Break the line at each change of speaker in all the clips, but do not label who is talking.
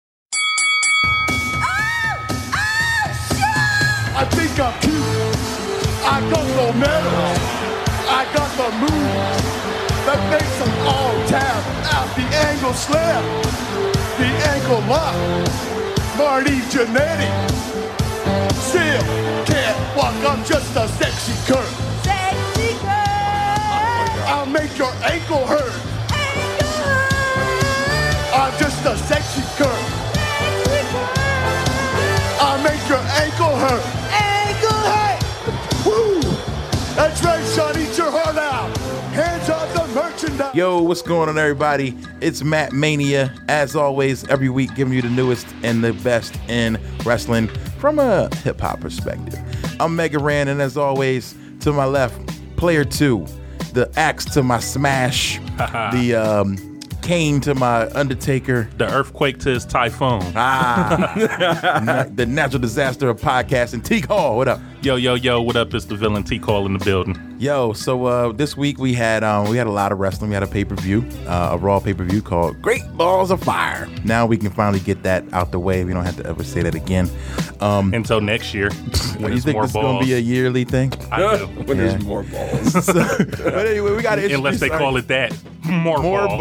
I think I'm cute. I got momentum. I got the move that makes them all tap out the angle slam, the ankle lock. Marty Jannetty still can't walk. I'm just a sexy curve. Sexy curve. I'll make your ankle hurt. I'm just a sexy curve. I'll make your ankle hurt. Ankle hurt. Woo! That's right, son. Eat your heart out. Hands off the merchandise.
Yo, what's going on, everybody? It's Matt Mania, as always, every week giving you the newest and the best in wrestling from a hip hop perspective. I'm Mega Ran, and as always, to my left, player two, the axe to my smash, the um, cane to my Undertaker,
The earthquake to his typhoon.
Ah. na- the natural disaster of podcasting, Teak Hall. What up?
Yo, yo, yo, what up? It's the villain T Call in the building.
Yo, so uh, this week we had um, we had a lot of wrestling. We had a pay per view, uh, a Raw pay per view called Great Balls of Fire. Now we can finally get that out the way. We don't have to ever say that again. Um,
Until next year. when
you
it's
think
more
this is gonna
balls.
be a yearly thing?
I do.
when
Yeah.
there's more balls.
but anyway, we got to
Unless they call it that. More,
more
balls.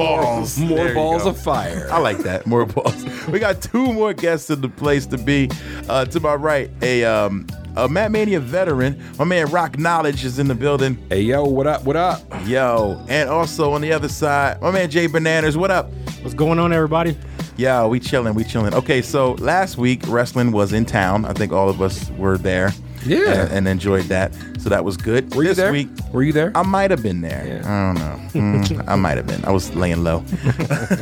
balls.
more
There you
balls
go.
of fire.
I like that. More balls. We got two more guests in the place to be. Uh, to my right, a um, a Matt Mania veteran. My man Rock Knowledge is in the building.
Hey yo, what up? What up?
Yo, and also on the other side, my man Jay Bananas. What up?
What's going on, everybody?
Yeah, we chilling, we chilling. Okay, so last week wrestling was in town. I think all of us were there.
Yeah.
and, and enjoyed that. So that was good.
Were
this
you there?
week,
Were you there?
I might have been there. I don't know. Mm, I might have been. I was laying low.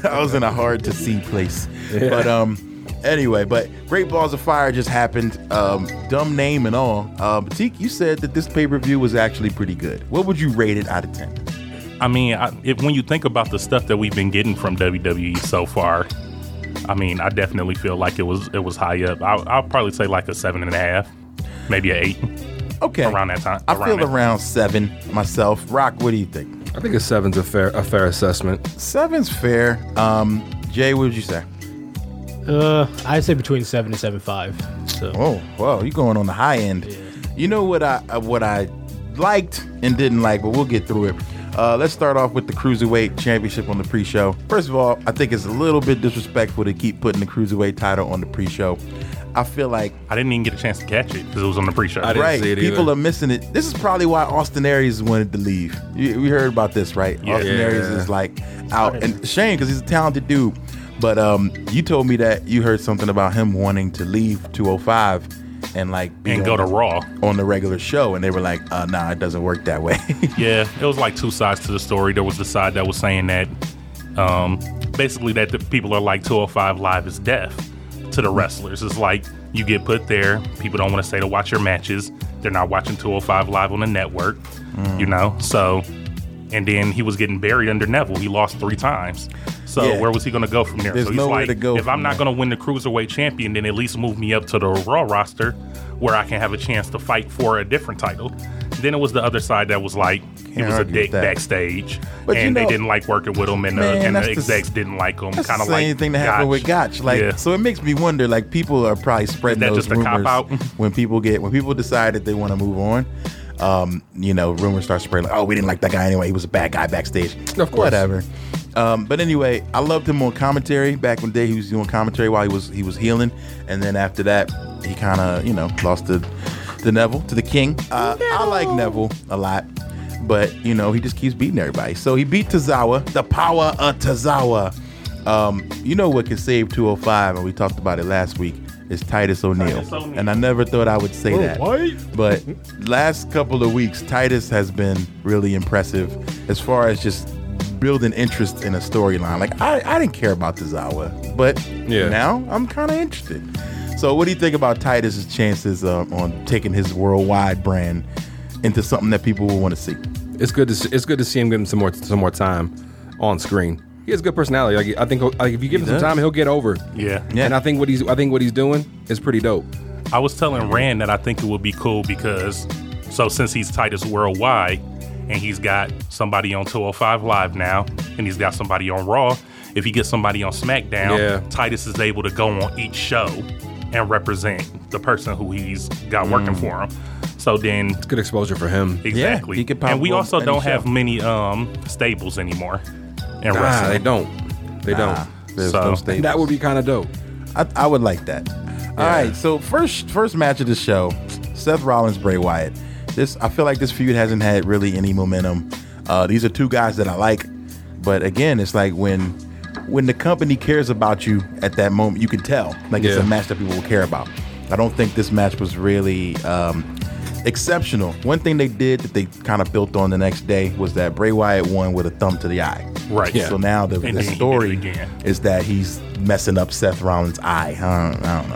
I was in a hard to see place. But um, anyway, but Great Balls of Fire just happened. Um, dumb name and all. Uh, but Teek, you said that this pay per view was actually pretty good. What would you rate it out of ten?
I mean, I, if, when you think about the stuff that we've been getting from WWE so far, I mean, I definitely feel like it was it was high up. I, I'll probably say like a seven and a half, maybe an eight.
Okay,
Around that time-
I
around
feel
that-
around seven myself. Rock, what do you think?
I think a seven's a fair a fair assessment.
Seven's fair. Um, Jay, what would you say?
Uh, I'd say between seven and seven five. So
Oh, whoa, you going on the high end? You know what I uh, what I liked and didn't like, but we'll get through it. Uh, let's start off with the cruiserweight championship on the pre-show. First of all, I think it's a little bit disrespectful to keep putting the cruiserweight title on the pre-show. I feel like
I didn't even get a chance to catch it because it was on the pre-show.
I didn't
right,
see it
people
either.
are missing it. This is probably why Austin Aries wanted to leave. You, we heard about this, right?
Yeah.
Austin Aries
Yeah.
is like out, and shame because he's a talented dude. But um, you told me that you heard something about him wanting to leave 205 and like be
And go
on-
to Raw.
on the regular show, and they were like, uh, "Nah, it doesn't work that way."
Yeah, it was like two sides to the story. There was the side that was saying that um, basically that the people are like 205 Live is death to the wrestlers. It's like you get put there, people don't want to stay to watch your matches. They're not watching 205 Live on the network, you
Mm.
know? So, and then he was getting buried under Neville. He lost three times. So,
Yeah.
where was he going to go from there?
There's
so he's
nowhere
like,
to go
if
from
I'm not
there."
going to win the Cruiserweight champion, then at least move me up to the Raw roster where I can have a chance to fight for a different title. Then it was the other side that was like, it
Can't
was a
argue with
dick
that.
backstage,
But you
and
know-
they didn't like working with him, and,
Man,
uh, and
that's
the
the s-
execs didn't like him.
That's
Kind
the
of like
same thing that happened with Gotch. Like,
Yeah.
so it makes me wonder. Like, people are probably spreading
that
those
just a
rumors
cop-out?
when people get when people decide that they want to move on. Um, you know, rumors start spreading. Like, oh, we didn't like that guy anyway. He was a bad guy backstage.
Of course.
whatever. Um, but anyway, I loved him on commentary back when day he was doing commentary while he was he was healing, and then after that, he kind of you know lost to to Neville to the King. Uh, I like Neville a lot, but you know he just keeps beating everybody. So he beat Tazawa. The power of Tazawa. Um, you know what can save 205, and we talked about it last week. Is Titus O'Neil,
Titus O'Neal.
and I never thought I would say that. But last couple of weeks, Titus has been really impressive as far as just building interest in a storyline. Like I, I didn't care about Tazawa, but
Yeah.
now I'm kind of interested. So what do you think about Titus's chances uh, on taking his worldwide brand into something that people will want to see?
It's good to see, it's good to see him give him some more some more time on screen. He has good personality. Like I think he'll- like, if you give him
does.
some time, he'll get over. it.
Yeah.
Yeah.
And I think what he's I think what he's doing is pretty dope.
I was telling Rand that I think it would be cool because, so since he's Titus Worldwide and he's got somebody on 205 Live now and he's got somebody on Raw, if he gets somebody on SmackDown,
Yeah.
Titus is able to go on each show and represent the person who he's got working for him. So then,
Mm. Good exposure for him.
exactly.
he could pop
and we
on
also
any
don't
show.
have many um, stables anymore in
Nah, they
wrestling.
don't. They
There's
So-
no stables.
don't. That would be kind of dope.
I, I would like that. All right, so first first match of the show, Seth Rollins Bray Wyatt. This I feel like this feud hasn't had really any momentum. Uh, these are two guys that I like, but again, it's like when when the company cares about you at that moment, you can tell like it's a
Yeah.
match that people will care about. I don't think this match was really um, exceptional. One thing they did that they kind of built on the next day was that Bray Wyatt won with a thumb to the eye.
Right.
So now the,
And then
the
he did it
story
again.
is that he's messing up Seth Rollins' eye. I don't, I don't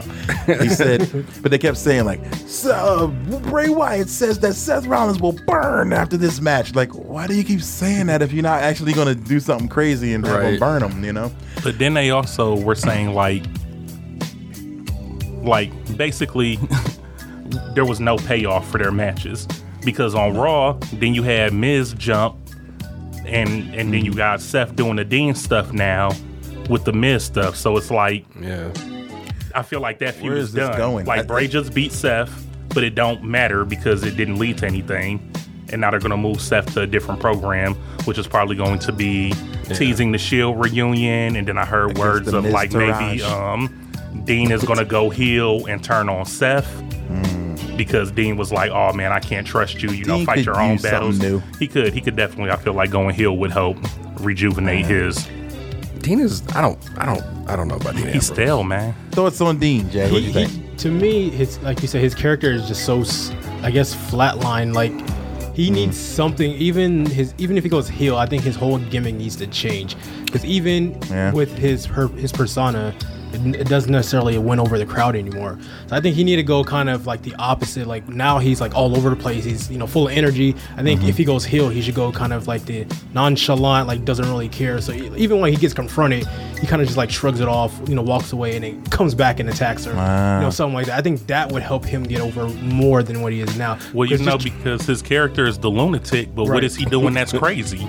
know. He said, but they kept saying like, "S- uh, Bray Wyatt says that Seth Rollins will burn after this match. Like, why do you keep saying that if you're not actually going to do something crazy and have him
Right.
burn him? You know?
But then they also were saying like, like basically, there was no payoff for their matches because on Raw, then you had Miz jump, and and then you got Seth doing the Dean stuff now with the Miz stuff. So it's like
Yeah.
I feel like that feud
Where
is,
is this
done.
going?
Like
I-
Bray just beat Seth, but it don't matter because it didn't lead to anything. And now they're gonna move Seth to a different program, which is probably going to be teasing the Shield reunion. And then I heard words
the
of
Miz
like
Taraj.
maybe um, Dean is gonna go heel and turn on Seth. Because Dean was like, "Oh man, I can't trust you. You know,
Mm. Dean
fight
could
your own
use something
battles."
new.
He could, he could definitely. I feel like going heel would help rejuvenate his.
Tina's I don't I don't I don't know about Tina.
He's
Ambrose.
stale, man.
Thoughts on Dean, Jay? What do
He-
you think?
he- to me, his like you said, his character is just so, s- I guess, flatline. Like he
Mm-hmm.
needs something. Even his, even if he goes heel, I think his whole gimmick needs to change. Because even
Yeah.
with his her, his persona, it, n- it doesn't necessarily win over the crowd anymore. So I think he need to go kind of like the opposite. Like now he's like all over the place. He's you know full of energy. I think if he goes heel, he should go kind of like the nonchalant, like doesn't really care. So e- even when he gets confronted, he kind of just like shrugs it off. You know, walks away and then comes back and attacks her. You know, something like that. I think that would help him get over more than what he is now.
Well, you
'Cause
know,
just-
because his character is the lunatic, but what
Right.
is he doing that's crazy?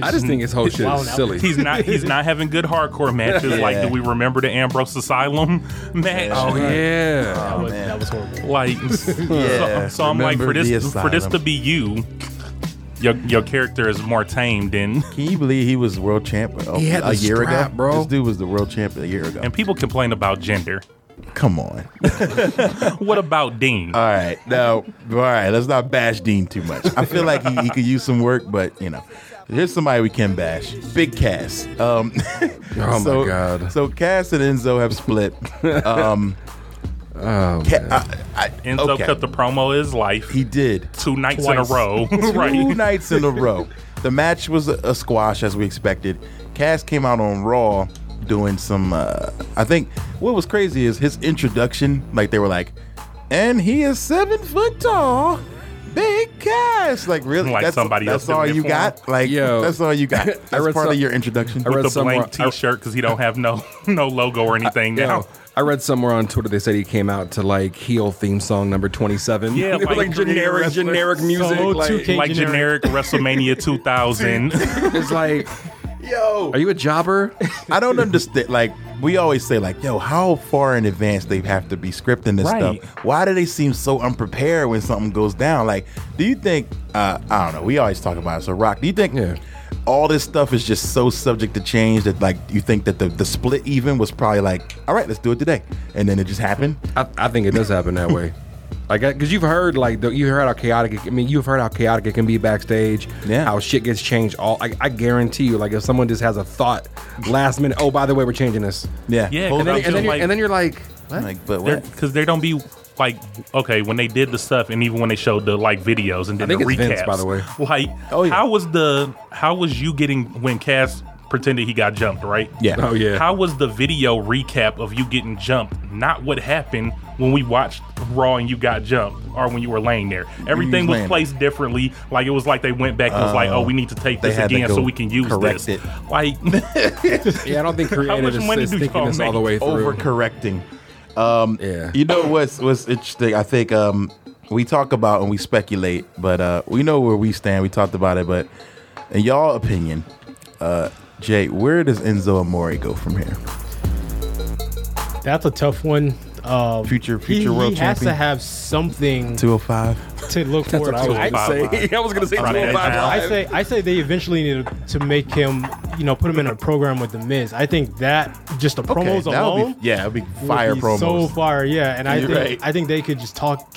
I just think his whole shit
Wow,
is
now-
silly.
he's not he's not having good hardcore matches. Like,
Yeah.
do we remember the Ambrose Asylum match?
Oh yeah.
that was, that was horrible.
Like,
Yeah,
so, so I'm like, for
remember the
this for this to
asylum.
be you, your your character is more tame than.
Can you believe he was world champ a,
He had
a
the
year
strap,
ago?
bro.
This dude was the world champion a year ago.
And people complain about gender.
Come on.
What about Dean?
All right, now, all right, let's not bash Dean too much. I feel like he, he could use some work, but you know, here's somebody we can bash. Big Cass. Um,
Oh
so,
my god.
So Cass and Enzo have split. Um,
Oh,
Ca- I- I-
Enzo
okay.
cut the promo of his life
he did
two nights
Twice.
in a row.
two
right.
nights in a row. The match was a, a squash as we expected. Cass came out on Raw doing some. Uh, I think what was crazy is his introduction. Like they were like, and he is seven foot tall. Big Cass, like really,
Like
that's,
somebody
that's
else
all
did it
you
for
got. Like
Yo.
that's all you got.
I
That's
read
part of
some- uh,
your introduction.
I read
The
somewhere-
blank T-shirt because he don't have no no logo or anything
Yo,
now.
I read somewhere on Twitter they said he came out to like heel theme song number twenty seven.
Yeah,
it was
like
like generic,
wrestler.
generic music.
So
like,
2K
Like
generic.
generic WrestleMania 2000.
it's like,
Yo,
are you a jobber?
I Oh. don't understand. Like we always say like, yo, how far in advance they have to be scripting this
Right.
stuff? Why do they seem so unprepared when something goes down? Like, do you think? Uh, I don't know. We always talk about it. So, Rock, do you think?
Yeah.
All this stuff is just so subject to change that, like, you think that the, the split even was probably like, all right, let's do it today, and then it just happened.
I, I think it does happen that way. Like, because you've heard like the, you heard how chaotic. It, I mean, you've heard how chaotic it can be backstage.
Yeah.
How shit gets changed. All I, I guarantee you, like if someone just has a thought last minute. Oh, by the way, we're changing this.
Yeah,
Yeah,
Hold
and then-
up
And then,
to-
you're,
like-
and then you're like, what?
like, but what?
because they don't be like okay when they did the stuff and even when they showed the like videos and did
I think
the
it's
recaps.
Vince, by the way.
like
Oh, yeah.
how was the how was you getting when Cass pretended he got jumped right?
Yeah.
Oh yeah.
How was the video recap of you getting jumped? Not what happened when we watched Raw and you got jumped, or when you were laying there. Everything was
laying Uh,
placed differently. Like it was like they went back and was like, "Oh, we need to take
they
this
had to
again so
go
we can use
correct
this."
it.
Like,
yeah, I don't think creative
much
is,
money
is
do
thinking
y'all
this all the way
make?
through.
overcorrecting. Um,
Yeah.
You know what's what's interesting? I think um, we talk about and we speculate, but uh, we know where we stand. We talked about it, but in y'all opinion, uh, Jay, where does Enzo Amore go from here?
That's a tough one. Um,
Future-
he-
future
he,
world
has to
champion.
have something to,
205.
look forward to.
was
I,
about.
say. I was gonna say
Right.
12 by
Yeah.
I
five.
say I say they eventually need to, to make him, you know, put him in a program with the Miz. I think that just the promos alone,
be, yeah, that'd be
would
fire
be
promos.
so far, yeah. And I
You're
think
right.
I think they could just talk,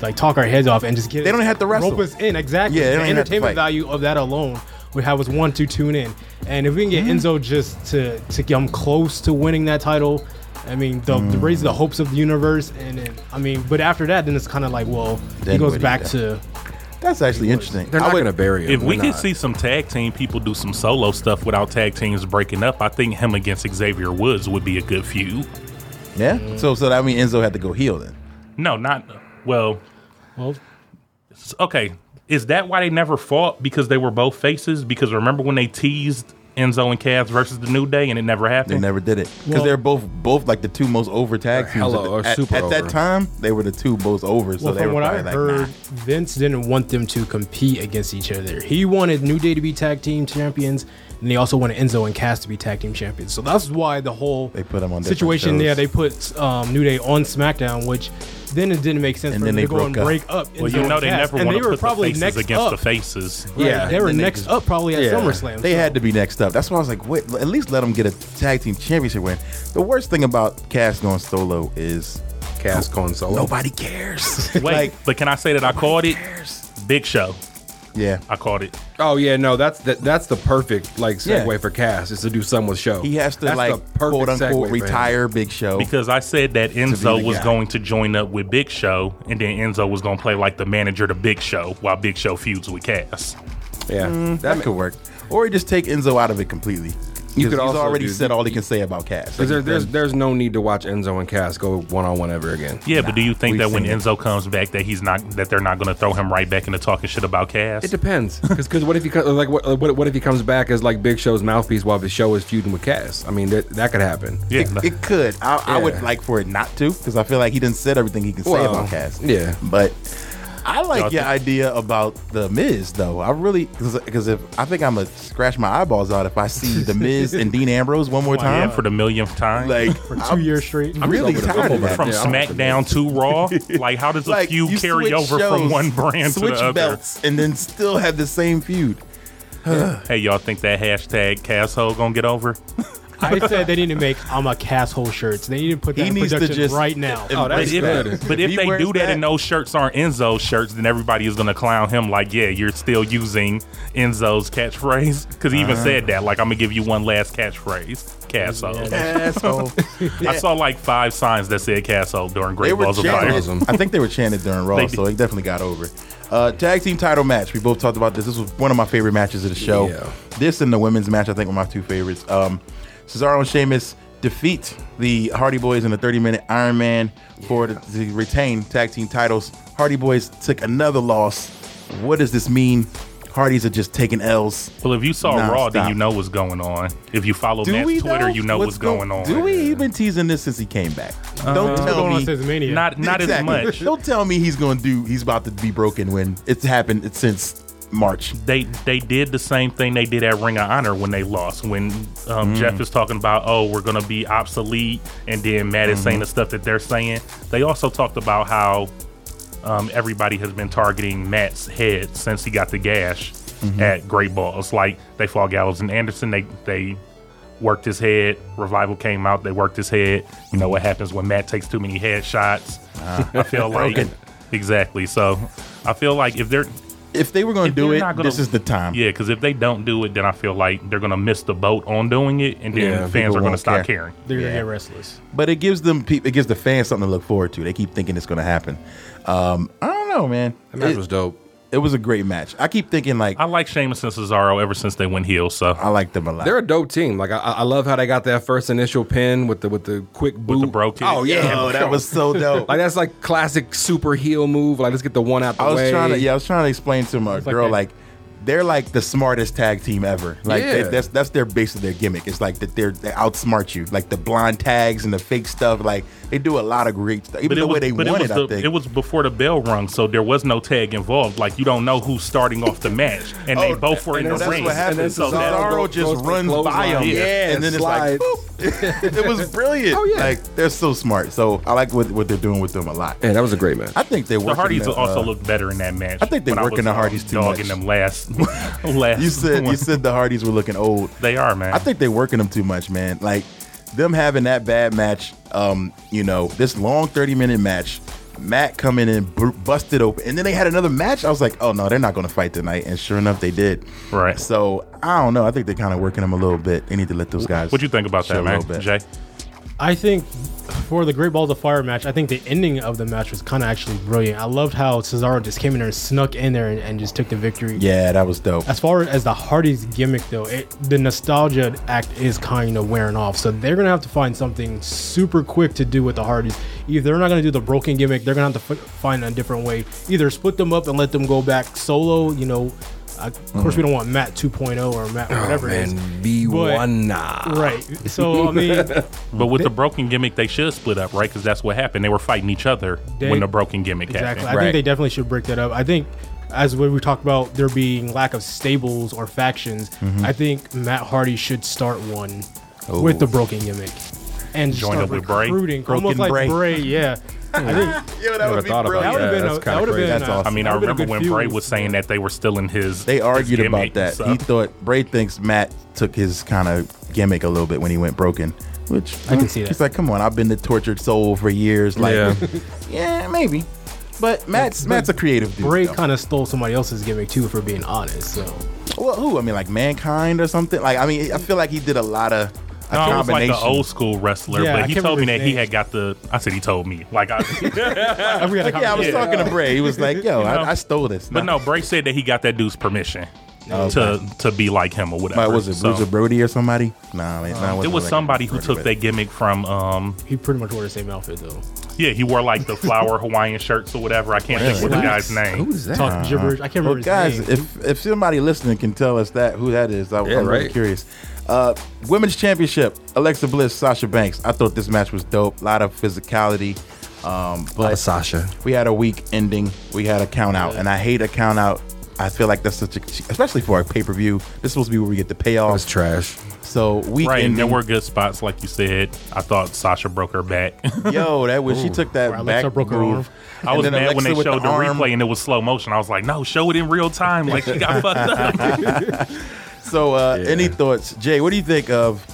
like talk our heads off and just get.
They don't have to wrestle.
Rope us in exactly.
Yeah, they
the
don't even have to
entertainment
fight.
value of that alone would have us want to tune in. And if we can get
Mm-hmm.
Enzo just to to come close to winning that title, I mean, the, the
Mm.
raise the hopes of the universe. And, and I mean, but after that, then it's kind of like, well,
Then
he
what
goes
do you
back
do?
to
That's actually interesting.
They're
I
not
would-
gonna bury it.
if we
They're
could
not.
see some tag team people do some solo stuff without tag teams breaking up, I think him against Xavier Woods would be a good feud.
Yeah. So so that mean Enzo had to go heel then.
No, not well.
well,
s- Okay, is that why they never fought? Because they were both faces. Because remember when they teased Enzo and Cavs versus the New Day and it never
They
happened.
never did it because
Well-
they're both both like the two most over tag
Or
teams.
hella
at, the-
or
at-
super
at that
over.
time, they were the two most over. So
well,
they
from
were
what I
probably like,
heard,
nah.
Vince didn't want them to compete against each other. He wanted New Day to be tag team champions, and he also wanted Enzo and Cass to be tag team champions. So that's why the whole
They put 'em on different
situation.
shows.
Yeah, they put um, New Day on SmackDown, which then it didn't make sense
And
for
then
them
they
to go and
broke up.
break up.
well,
Enzo
you know
and
they
Cass,
never
and
want
they
to
were
put the
probably
faces
next
against
up.
the faces.
Right,
Yeah.
they were
And they
next
just-
up probably at
Yeah.
SummerSlam.
They
so-
had to be next up. That's why I was like, wait, at least let them get a tag team championship win. The worst thing about Cass going solo is
Cass going solo.
nobody cares.
Wait,
like,
but can I say that I called it? Big Show.
yeah.
I called it.
Oh yeah, no, that's the, that's the perfect like segue
Yeah.
for Cass is to do something with Show.
He has to
That's the
like
perfect
quote
segue
unquote
for him.
retire Big Show.
Because I said that
the
Enzo was
guy.
going to join up with Big Show, and then Enzo was going to play like the manager to Big Show while Big Show feuds with Cass.
Yeah,
Mm, that could work. Or you just take Enzo out of it completely. You
You could
could he's
also
already
do-
said all he can say about Cass.
Because there,
Like,
there's
then-
there's no need to watch Enzo and Cass go one on one ever again.
Yeah, but do you think
we've
that when
seen it.
Enzo comes back, that he's not that they're not going to throw him right back into talking shit about Cass?
It depends. Because what if he co- like what, what what if he comes back as like Big Show's mouthpiece while the show is feuding with Cass? I mean that that could happen.
yeah,
it could. I, I would
Yeah.
like for it not to because I feel like he didn't said everything he can say
Well,
about Cass.
yeah.
but I like
Y'all
your
think-
idea about the Miz though. I really because if I think I'm gonna scratch my eyeballs out if I see the Miz and Dean Ambrose one more
yeah,
time.
for the millionth time.
like
for 2
I'm
years straight.
really
over the-
tired of
over
that.
from
Yeah, I'm
SmackDown to Raw? Like, how does a
Like
feud carry
switch
over from
shows,
one brand to
switch
the other?
belts, and then still have the same feud.
Hey, y'all think that hashtag Casshole gonna get over?
I said they need to make I'm a Cass hole shirts. They need to put that
He
in
needs to
production
just
right now.
em-
But
Oh, that's
if,
good.
but
If
if
he
they
wears
do that,
that-
and those shirts aren't Enzo's shirts, then everybody is gonna clown him. Like, yeah, you're still using Enzo's catchphrase because he
Uh-huh.
even said that. Like, I'm gonna give you one last catchphrase, Casshole.
Asshole.
I saw like five signs that said Casshole during
They
Great
were
Balls of Fire.
chanted.
Awesome.
I think they were chanted during Raw,
They
so
did.
it definitely got over. Uh, tag team title match. We both talked about this. This was one of my favorite matches of the show.
Yeah.
This and the women's match, I think, were my two favorites. Um, Cesaro and Sheamus defeat the Hardy Boys in a 30 minute Iron Man for the, the retained tag team titles. Hardy Boys took another loss. What does this mean? Hardys are just taking L's.
Well, if you saw
Nah,
Raw,
stop.
then you know what's going on. If you follow Matt's Twitter,
know
you know what's,
go-
going on.
Do we? He's been teasing this since he came back.
Uh-huh.
Don't
What's
tell
going on
me.
since Mania?
Not not
Exactly.
as much.
Don't tell me he's gonna do. He's about to be broken when it's happened. It's since March.
they they did the same thing they did at Ring of Honor when they lost. When um, Jeff is talking about, oh, we're gonna be obsolete, and then Matt is saying the stuff that they're saying. They also talked about how um, everybody has been targeting Matt's head since he got the gash at Great Balls. Like they fought Gallows and Anderson. They they worked his head. Revival came out. They worked his head. You know what happens when Matt takes too many headshots. I feel like
Broken.
exactly. So I feel like if they're
If they were going to
if
do
they're
it,
not gonna-
this is the time.
Yeah, because if they don't do it, then I feel like they're gonna miss the boat on doing it, and then
Yeah,
fans
people
are gonna
won't
stop
care.
caring.
They're gonna get restless.
But it gives them people, it gives the fans something to look forward to. They keep thinking it's going to happen. Um, I don't know, man.
That match
it,
was dope.
it was a great match. I keep thinking like
I
I,
like Sheamus and Cesaro ever since they went heel. So
like them a lot.
They're a dope team. Like I, I love how they got that first initial pin with the with the quick boot.
the bro kick.
Oh yeah,
Yo, that was so dope.
like that's like classic super heel move. Like let's get the one out the
I was
way.
trying to yeah, I was trying to explain to my
like
girl
that-
like they're like the smartest tag team ever. Like
Yeah.
they- that's that's their base of their gimmick. It's like that they're they outsmart you. Like the blonde tags and the fake stuff. Like they do a lot of great stuff. Even the way they
but
won
was
it, I
the,
think.
it was before the bell rung, so there was no tag involved. Like you don't know who's starting off the match, and they
Oh,
both were in
and
the
that's
ring.
what happened.
then
So that-
Cesaro
Cesaro
goes- goes
just
for the
runs by him,
clothesline. Yeah,
and then it's like,
slides.
boop. it was brilliant.
Oh, yeah.
like they're so smart. So I like what, what they're doing with them a lot.
Yeah, that was a great match.
I think they work.
the
in
Hardys
the,
also
uh,
looked better in that match.
I think they
when
work in
was,
the
um,
Hardys too
Dogging
much.
them last, last.
You said
one.
you said the Hardys were looking old.
they are man.
I think they're working them too much, man. Like them having that bad match, um, you know, this long 30 minute match, Matt coming in br- busted open, and then they had another match. I was like, oh no, they're not going to fight tonight, and sure enough, they did.
Right.
So I don't know. I think they're kind of working them a little bit. They need to let those guys.
What you think about
chill
that,
a
man?
little bit.
Jay,
I think for the Great Balls of Fire match, I think the ending of the match was kind of actually brilliant. I loved how Cesaro just came in there and snuck in there and, and just took the victory.
Yeah, that was dope.
As far as the Hardy's gimmick, though, it, the nostalgia act is kind of wearing off. So they're going to have to find something super quick to do with the Hardys. If they're not going to do the broken gimmick, they're going to have to f- find a different way. Either split them up and let them go back solo, you know. I, of course, we don't want Matt 2.0 or Matt whatever it is.
and be
But-
one nah.
Right. So, I mean,
But with the broken gimmick, they should split up, right? Because that's what happened. They were fighting each other
They-
when the broken gimmick
Exactly. I
happened.
Right.
think they definitely should break that up. I think, as what we talked about, there being lack of stables or factions.
Mm-hmm.
I think Matt Hardy should start one with the broken gimmick and
Join
start
up with Bray?
recruiting, almost
Broken
like
Bray.
Bray. yeah, I think
Yo, that
Never
would be
thought about
that
brilliant.
would have
Yeah,
been
that's
a,
kinda
that would have
crazy.
been.
That's
a-
awesome.
I mean,
that
I
would've been a
remember
good
when
feud.
Bray was saying that they were still in his.
They
his
argued
gimmick,
about that.
so-
He thought Bray thinks Matt took his kind of gimmick a little bit when he went broken, which
I can see that.
He's like, come on, I've been the tortured soul for years. Like, yeah,
Yeah.
maybe. But Matt's Matt's a creative dude.
Bray
though.
kind of stole somebody else's gimmick too, for being honest. So
well, who? I mean, like mankind or something. Like, I mean, I feel like he did a lot of a
No, it was like
combination.
an old school wrestler,
Yeah, I
but he
can't
told me that
remember
he
his
had got the. I said he told me, like I.
I forgot
yeah, I was talking to Bray. He was like, "Yo,
know?
I, I stole this."
but no, Bray said that he got that dude's permission to to be like him or whatever.
Nah. Uh, was it
So,
was it Brody or somebody? Nah, man, nah,
It
wasn't
was
like
somebody who
Brody,
took
but-
that gimmick from. um
He pretty much wore the same outfit though.
Yeah, he wore like the flower Hawaiian shirts or whatever. I can't think of the
Really?
guy's name.
Who's that?
Talk gibberish. I can't remember
Uh-huh. Well,
his
guys,
name.
if if somebody listening can tell us that who that is, I,
Yeah,
I'm really
right.
curious. Uh, women's Championship: Alexa Bliss, Sasha Banks. I thought this match was dope. A lot of physicality. Um, but
Sasha.
we had a weak ending. We had a count out, and I hate a count out. I feel like that's such a, especially for a pay per view. This is supposed to be where we get the
That's
payoff.
trash.
So weak
Right, and
ending.
there were good spots, like you said. I thought Sasha broke her back.
Yo, that was she took that
Where Alexa
back
broke her
move.
I
and
was
then
mad when they
Alexa with
showed the,
arm.
replay and it was slow motion. I was like, no, show it in real time. Like she got fucked up.
So, uh, any thoughts, Jay? What do you think of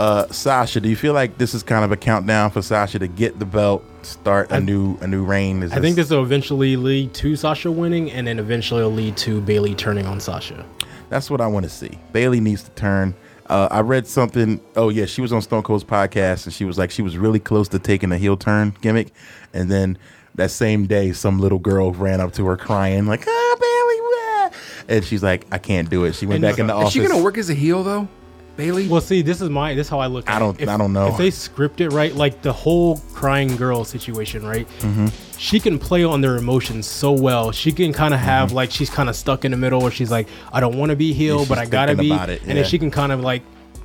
uh, Sasha? Do you feel like this is kind of a countdown for Sasha to get the belt, start a new a new reign? Is
I think this will eventually lead to Sasha winning, and then eventually it'll lead to Bailey turning on Sasha.
that's what I want to see. Bailey needs to turn. Uh, I read something. Oh yeah, she was on Stone Cold's podcast, and she was like, she was really close to taking a heel turn gimmick, and then that same day, some little girl ran up to her crying like, "Oh, Bailey," wah," and she's like, "I can't do it." She went
And
back in the
Is
office.
she gonna work as a heel though? Bailey.
Well, see, this is my this is how I look. At
I don't-
It. If-
I don't know.
if they script it right, like the whole crying girl situation, right? She can play on their emotions so well. She can kind
Mm-hmm.
of have like she's kind of stuck in the middle where she's like, I don't want to be healed,
she's
but I gotta
thinking
be,
about it,
and
yeah.
then she can kind of like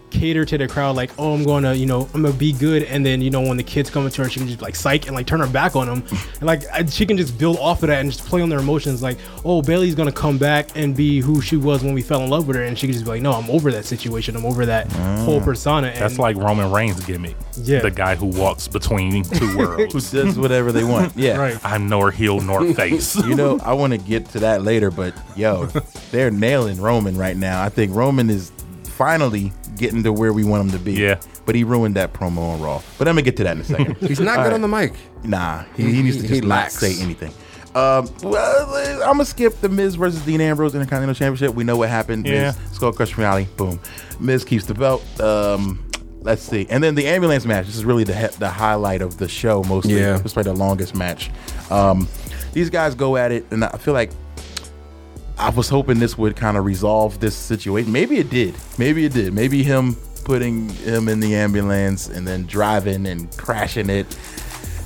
cater to the crowd like, oh, I'm going to, you know, I'm going to be good. And then, you know, when the kids come into her, she can just like psych and like turn her back on them. And like, I- she can just build off of that and just play on their emotions. Like, oh, Bailey's going to come back and be who she was when we fell in love with her. And she can just be like, no, I'm over that situation. I'm over that whole persona. And
Ah. That's like Roman Reigns' gimmick.
Yeah.
The guy who walks between two
who
worlds.
does whatever they want. Yeah.
Right.
I'm nor heel nor face.
You know, I want to get to that later, but yo, they're nailing Roman right now. I think Roman is finally getting to where we want him to be.
Yeah.
But he ruined that promo on Raw. But I'm going to get to that in a second.
He's not good on the mic.
nah, he, he needs to
He-
just
he
not
lacks.
say anything. Um, well, I'm gonna skip the Miz versus Dean Ambrose Intercontinental Championship. We know what happened.
Yeah.
Miz, Skull Crush finale. Boom. Miz keeps the belt. Um, let's see. And then the ambulance match. This is really the he- the highlight of the show. Mostly.
Yeah.
It's probably the longest match. Um, these guys go at it, and I feel like I was hoping this would kind of resolve this situation. Maybe it did. Maybe it did. Maybe him putting him in the ambulance and then driving and crashing it.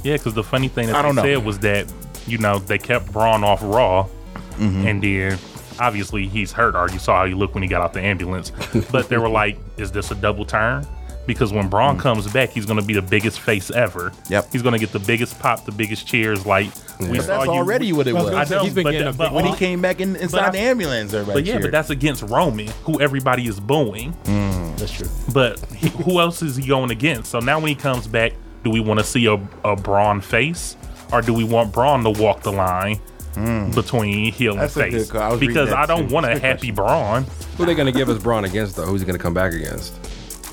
Yeah, because the funny thing that
I
I
don't know.
said was that you know they kept Braun off Raw,
Mm-hmm.
and then obviously he's hurt. Or you saw how he looked when he got out the ambulance. but they were like, "Is this a double turn?" Because when Braun comes back, he's going to be the biggest face ever.
Mm. Yep.
He's going to get the biggest pop, the biggest cheers. Like we
That's already what it
Well,
was.
I know,
He's been
but,
getting
that-
a
but
big-
when he
all-
came back in, inside
I-
the ambulance, everybody.
but yeah, but
cheered.
that's against Roman, who everybody is booing. Mm.
that's true.
But he, who else is he going against? So now when he comes back, do we want to see a, a Braun face, or do we want Braun to walk the line
Hmm.
between heel
That's a
and
good
face?
call. I was reading
because
that
I
too.
don't
It's
want
a
a
good
happy Braun.
Who are they going to give us Braun against, though? Who's he going to come back against?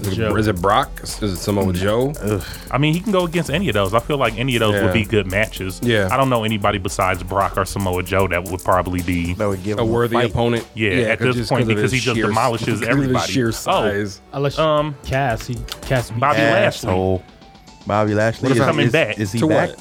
Is it,
Joe.
is it Brock? Is it Samoa
Mm-hmm.
Joe?
I mean, he can go against any of those. I feel like any of those
Yeah.
would be good matches.
Yeah.
I don't know anybody besides Brock or Samoa Joe that would probably be.
That would give
A
him
worthy
fight.
opponent?
Yeah, at
'cause-
this point,
of his
because he just demolishes
because of his
everybody. Oh.
sheer size.
Unless
Um,
Cass, he Cass beat
Bobby Lashley.
Asshole. Bobby Lashley
What
is
about- coming
is,
back?
Is he
To
back?
what?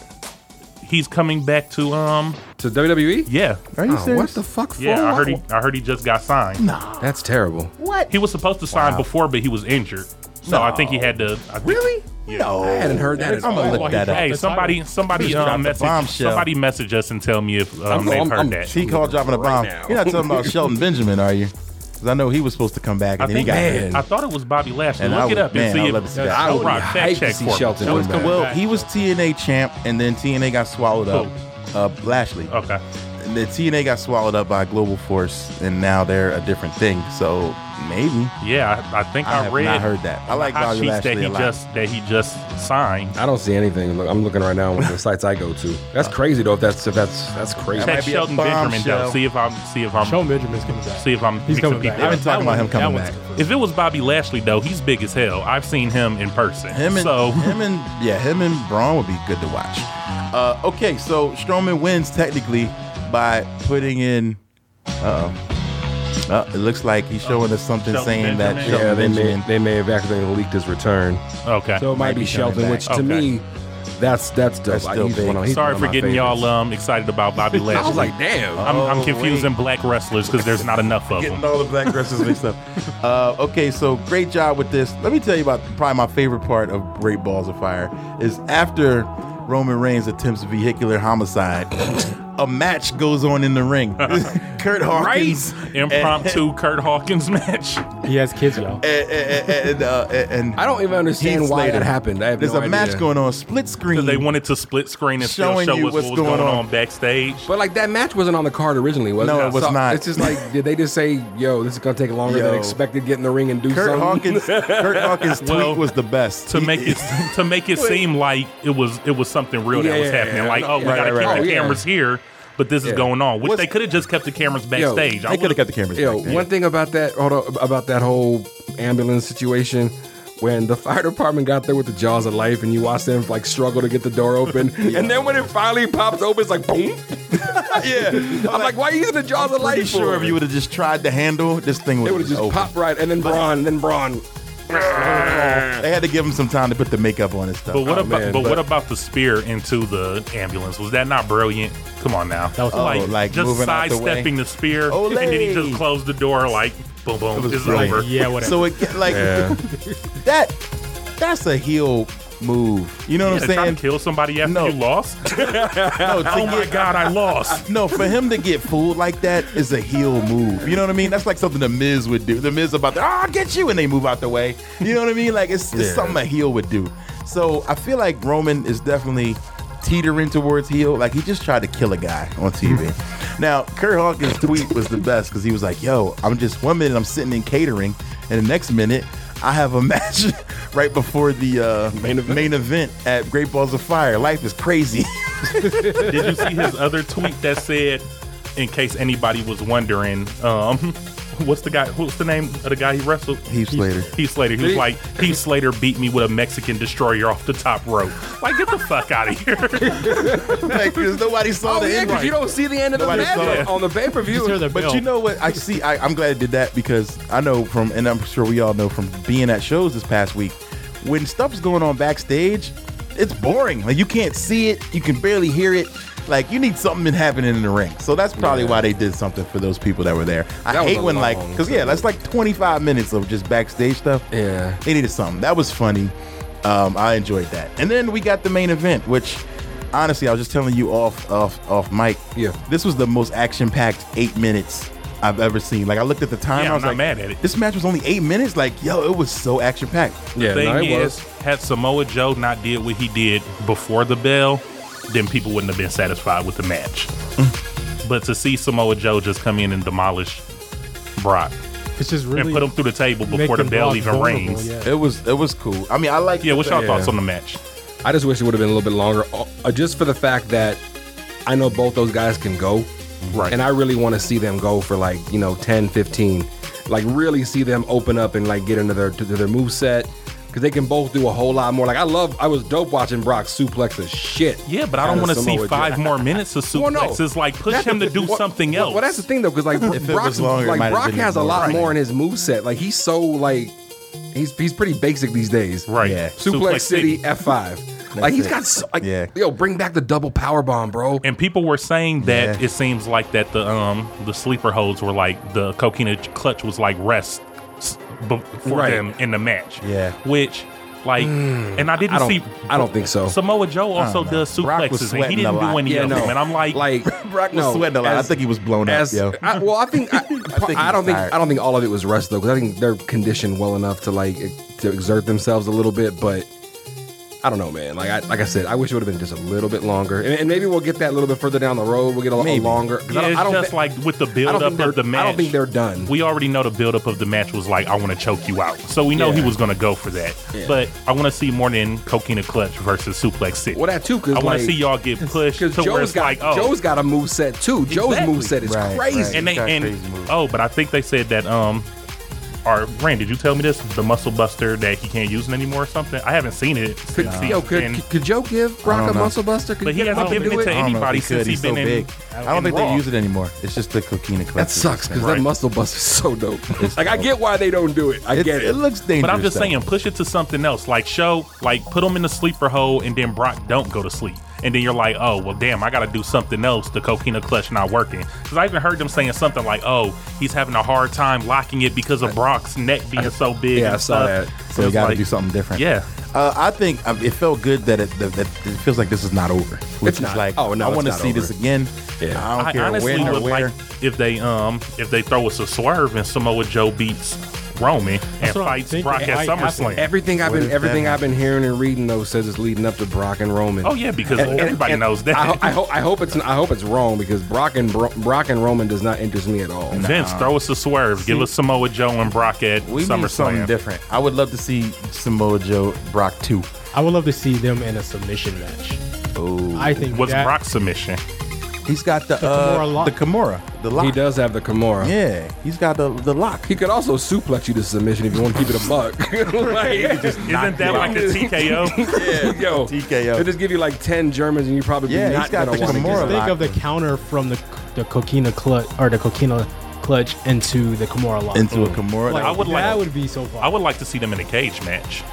He's coming back to um.
To WWE?
Yeah,
Are you
Oh,
serious?
what the fuck? For?
yeah. I heard he. I heard he just got signed.
That's terrible.
He was supposed to sign before, but he was injured. So I think he
No.
had to. I think-
Really? No. I
hadn't heard that at
I'm
all.
gonna
Why
look
he
that up.
dropped
Hey,
the
somebody,
title.
somebody,
dropped
um,
the
message,
bombshell.
somebody message us and tell me if um,
I'm-
they've
I'm-
heard
I'm-
that.
He called dropping a
Right
bomb.
now.
You're not talking about Shelton Benjamin, are you? Because I know he was supposed to come back and
I
then he
think
got
Man.
hurt.
I thought it was Bobby Lashley.
And I
Look it
would-
up
man, I
and
would love to see
see
that.
if
I
Oh,
would
Rock,
hype
fact
to
check
see
for me.
Shelton
That was
come
com-
Well,
back.
he was TNA champ, and then TNA got swallowed up. Uh, Lashley.
Okay.
And the TNA got swallowed up by Global Force, and now they're a different thing. So maybe
Yeah, I, I think
I
I,
have
read.
not heard that. I like
hot
Bobby
sheets
Lashley
that he
a lot.
just that he just signed.
I don't see anything. Look, I'm looking right now on the sites I go to. That's crazy though. If that's if that's that's crazy.
might
Check
be a
Shelton Benjamin
bombshell.
though. See if I'm see if I'm
Sean Benjamin's coming back.
see if I'm
He's
mixing
coming back.
people.
I've been talking about him
That
coming
one's
back.
If it was Bobby Lashley though, he's big as hell. I've seen him in person.
Him and
so
him and yeah, him and Braun would be good to watch. Uh, okay, so Strowman wins technically by putting in. Uh, uh, it looks like he's showing us something
Shelton
saying that
Benjamin.
Shelton
yeah, they may
Benjamin-
they may have accidentally leaked his return.
okay.
So it
Might
might, be,
be coming
Shelton,
back.
which to
Okay.
me, that's that's dope.
That's
I-
still
he's
big.
one of- he's
Sorry
one of
for
my
getting
favorites.
y'all um excited about Bobby Lashley.
I was like, damn.
I'm,
Oh,
I'm confusing black wrestlers because there's not enough of
Getting
them.
all the black dresses mixed up. Uh, okay, so great job with this. Let me tell you about probably my favorite part of Great Balls of Fire is after Roman Reigns attempts vehicular homicide, a match goes on in the ring. Kurt Hawkins,
Impromptu Kurt Hawkins match.
He has kids, y'all.
and, and, and, uh, and
I don't even understand
Heath
why
Slater.
that happened. I have
There's
no
a match
idea.
going on, split screen.
They wanted to split screen and still
Showing
show
you
us
what's
what was
going
going,
on.
on. backstage.
But like that match wasn't on the card originally, was
No,
it?
it was not.
It's just like did they just say, "Yo, this is gonna take longer than
Yo.
expected. Get in the ring and do
Kurt
something."
Hawkins, Kurt Hawkins' tweet
Well,
was the best
To
He-
make it to make it seem like it was it was something real that was
Yeah,
happening. Like,
yeah,
oh, we
right,
gotta
right,
keep
right.
the
Oh, yeah.
cameras here, but this
Yeah.
is going on. Which
What's-
they could have just kept the cameras backstage. I
They could have
would've-
got the cameras.
Yo,
back then.
one thing about that, hold on, about that whole ambulance situation. When the fire department got there with the jaws of life, and you watch them like struggle to get the door open, and then when it finally pops open, it's like boom.
yeah, I'm
I'm like, why are you using the jaws of life?
pretty sure if you would have just tried the handle, this thing would
it would
have
have just popped right, and then Braun, and then Braun.
They had to give him some time to put the makeup on and stuff. Oh,
But what about
Oh, man,
but,
but-
what about the spear into the ambulance? Was that not brilliant? Come on now. That
was-
Oh, like
just
moving out the way.
sidestepping the, spear and then he
Olay.
just closed the door like boom boom. It's
brilliant.
over.
Yeah, whatever.
So it like that that's a heel move. You know what
Yeah,
I'm
try
saying?
to kill somebody after
No.
you lost.
No, to
oh my
get-
god, I lost.
No, for him to get fooled like that is a heel move. You know what I mean? That's like something the Miz would do. The Miz about, ah, I'll get you, and they move out the way. You know what I mean? Like it's, it's
Yeah.
something a heel would do. So I feel like Roman is definitely teetering towards heel. Like he just tried to kill a guy on TV. now, Kurt Hawkins' tweet was the best because he was like, "Yo, I'm just one minute I'm sitting in catering, and the next minute." I have a match right before the uh, main, event. at Great Balls of Fire. Life is crazy.
Did you see his other tweet that said, in case anybody was wondering, um, what's the guy? What's the name of the guy he wrestled?
Heath Slater.
Heath Slater. He was
He-
like, Heath Slater beat me with a Mexican destroyer off the top rope. Like, get the fuck out of here.
like, 'cause nobody saw
Oh
the
yeah,
end.
because you don't see the end of the
Nobody
match
saw
on-
it.
on the pay per
Just hear
view.
the
But
bell.
you know what? I see. I, I'm glad I did that because I know from, and I'm sure we all know from being at shows this past week, when stuff's going on backstage, it's boring. Like you can't see it, you can barely hear it. Like you need something happening in the ring. So that's probably why they did something for those people that were there. I
That was
hate
a
when like,
long
because yeah, that's like 25 minutes of just backstage stuff.
Yeah.
They needed something. That was funny. Um, I enjoyed that. And then we got the main event, which honestly, I was just telling you off off off mic.
Yeah.
This was the most action-packed eight minutes I've ever seen. Like I looked at the time,
Yeah,
I
I'm
was
not
like,
mad at it.
This match was only eight minutes. Like, yo, it was so action-packed.
Yeah,
Thing
no, it
is,
was.
had Samoa Joe not did what he did before the bell, then people wouldn't have been satisfied with the match.
Mm.
but to see Samoa Joe just come in and demolish Brock
It's just
and
really
put him through the table before the
making
bell
Brock
even
vulnerable,
rings. Yeah,
yeah.
It was it was cool. I mean, I like
what's y'all
Yeah.
thoughts on the match?
I just wish it would have been a little bit longer, uh, uh, just for the fact that I know both those guys can go.
Right.
And I really want to see them go for like, you know, 10, 15. Like, really see them open up and like get into their, to their move set. Because they can both do a whole lot more. Like, I love, I was dope watching Brock suplex the shit.
Yeah, but I don't
out of
want to see
Samoa Joe.
five more minutes of
Well,
suplexes.
no.
Like, push
That's
him to
the-
do
well-
something
well-
else.
Well, that's the thing though, because like
it
Brock's,
was longer, it might
like
have
Brock
been
has a
more.
lot
Right.
more in his move set. Like he's so like he's he's pretty basic these days.
right.
Yeah.
Suplex, City F five. Like he's
it.
got so, like
Yeah.
yo, bring back the double power bomb, bro.
And people were saying that
Yeah.
it seems like that the um the sleeper holds were like the coquina clutch was like rest s- b- for
Right. Mm.
them in the match.
Yeah.
Which like and I didn't
I don't
see
I don't think so.
Samoa Joe also
know.
does
Brock
suplexes and
was
he
sweating a
didn't do
lot.
any
yeah,
of
no.
them. And I'm like,
like
Brock was
no,
sweating a lot. I
as-
think he was blown up.
as-
Yo.
I, well, I think I,
think
I don't
he's
think
tired.
I don't think all of it was rest though, because I think they're conditioned well enough to like ex- to exert themselves a little bit, but. I don't know, man. Like I, like I said, I wish it would have been just a little bit longer, and, and maybe we'll get that a little bit further down the road. We'll get a, a
Maybe.
longer. 'cause
yeah,
I don't,
it's
I don't
just
thi-
like with the build up
think
of
they're-
the match.
I don't think they're done.
We already know the build up of the match was like, I want to choke you out. So we know he
Yeah.
was going to go for that. But I want to see more than Coquina Clutch versus Suplex City.
Well, that too,
I
'cause,
want
like-
to see y'all get pushed to
Because
where
Joe's
it's
got
like, oh,
Joe's got a move set too. Joe's
Exactly.
move set is
Right,
crazy.
and they
He's got
and
crazy moves.
oh, but I think they said that um, or Rand, did you tell me this? The Muscle Buster that he can't use it anymore or something? I haven't seen it
Could,
since he
Yo, could, could, Joe give Brock a
know.
muscle buster? Could
But he
get
hasn't
Brock to
given
do
it to
I don't know
anybody
if he could.
since he's
so
been in-
big. I don't
in
think they
Raw.
use it anymore. It's just the coquina clutch.
That sucks because
Right.
that muscle buster is so dope.
It's
like I
dope.
get why they don't do it. I
It's-
get it.
It looks dangerous.
But I'm just
though.
saying, push it to something else. Like show, like put him in the sleeper hole, and then Brock don't go to sleep. And then you're like, oh well, damn, I got to do something else. The coquina clutch not working. Because I even heard them saying something like, oh, he's having a hard time locking it because of Brock's neck being so big.
Yeah,
and
I saw
stuff.
that.
So we
It's
got to
like-
do something different.
Yeah.
Uh, I think um, it felt good that it, that, that it feels like this is not over. Which
It's
is
not.
like,
Oh, no,
I
it's
wanna
not
see
over.
this again.
Yeah.
I don't
I
care
honestly
when or
would
where.
like if they um if they throw us a swerve and Samoa Joe beats Roman and
what I'm
fights
thinking.
Brock at
Like,
SummerSlam.
Everything I've
What
been
is
everything
that?
I've been hearing and reading though says it's leading up to Brock and Roman.
oh yeah, because everybody
And
knows that.
I, ho- I hope I hope it's I hope it's wrong because Brock and Bro- Brock and Roman does not interest me at all.
Vince, throw us a swerve. Give us Samoa Joe and Brock at
we need something
SummerSlam.
different. I would love to see Samoa Joe Brock 2.
I would love to see them in a submission match. Oh, I think
was
that,
Brock's submission.
He's got the,
Kimura
uh,
lock.
the Kimura, the lock.
He does have the Kimura.
Yeah, he's got the, the lock.
He could also suplex you to submission if you want to keep it a buck. Like-
Isn't that like the TKO?
Yeah, yo,
TKO.
They'll just give you like ten Germans, and you probably
Yeah,
be
he's
not
got
gonna
the
want to
Just
Kimura
get
lock.
it.
think of the counter from the the coquina clutch or the coquina clutch into the Kimura lock.
Into a Kimura.
Like,
I would
that
like-
would be so fun.
I would like to see them in a cage match.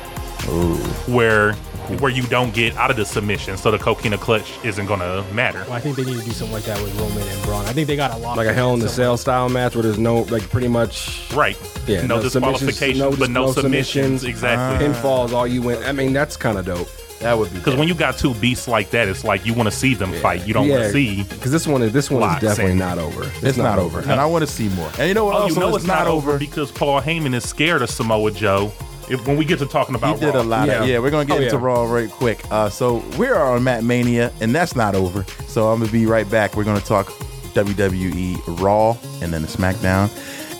Where where you don't get out of the submission, so the coquina clutch isn't gonna matter.
Well, I think they need to do something like that with Roman and Braun. I think they got a lot
like a
of
Hell in the
something.
Cell style match where there's no like pretty much
Right.
yeah
no,
submissions,
disqualifications, but
dis-
no submissions.
Ah.
submissions,
Exactly.
pinfalls. All you win. I mean, that's kind of dope.
That would be
Because when you got two beasts like that, it's like you want to see them fight. You don't want to see.
because this one is this one
Lock,
is
Sam.
definitely not over. It's,
it's not over, and I want to see more. And you know what?
Oh,
also,
you know
is
it's, not, over because Paul Heyman is scared of Samoa Joe. If, when we get to talking
He
about
did
Raw.
a lot.
Yeah.
Of, yeah, we're gonna get
Oh,
into
yeah.
Raw right quick. Uh, so we are on Matt Mania, and that's not over. So I'm gonna be right back. We're gonna talk WWE Raw, and then the SmackDown,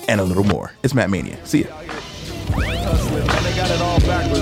and a little more. It's Matt Mania. See ya.
and they got it all backwards.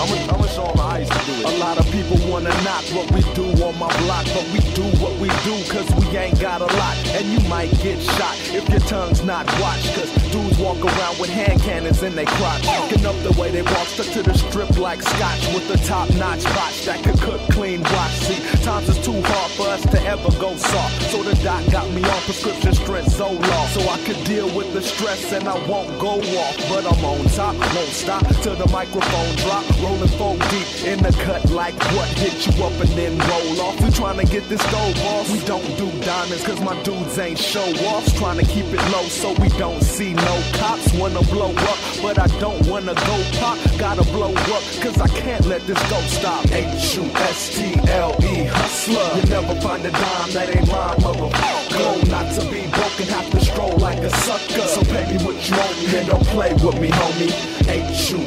I'm gonna I'm gonna show them how I used to do it. A lot of people wanna knock what we do on my block, but we do what we do cause we ain't got a lot. And you might get shot if your tongue's not watched. Cause dudes walk around with hand cannons in their crotch. Fucking up the way they walk, stuck to the strip like scotch with the top notch botch that could cook clean watch. See, times is too hard for us to ever go soft. So the doc got me on prescription strength Zoloft. So I could deal with the stress and I won't go off. But I'm on top, won't stop till the microphone drop. Rolling four deep in the cut like what? Hit you up and then roll off. We trying to get this dough, boss. We don't do diamonds cause my dudes ain't show offs. Trying to keep it low so we don't see no cops. Wanna blow up, but I don't wanna go pop. Gotta blow up cause I can't let this go stop. H-U-S-T-L-E, E, hustler. You never find a dime that ain't mine, motherfucker. Go not to be broken, have to stroll like a sucker. So pay me what you owe me and don't play with me, homie.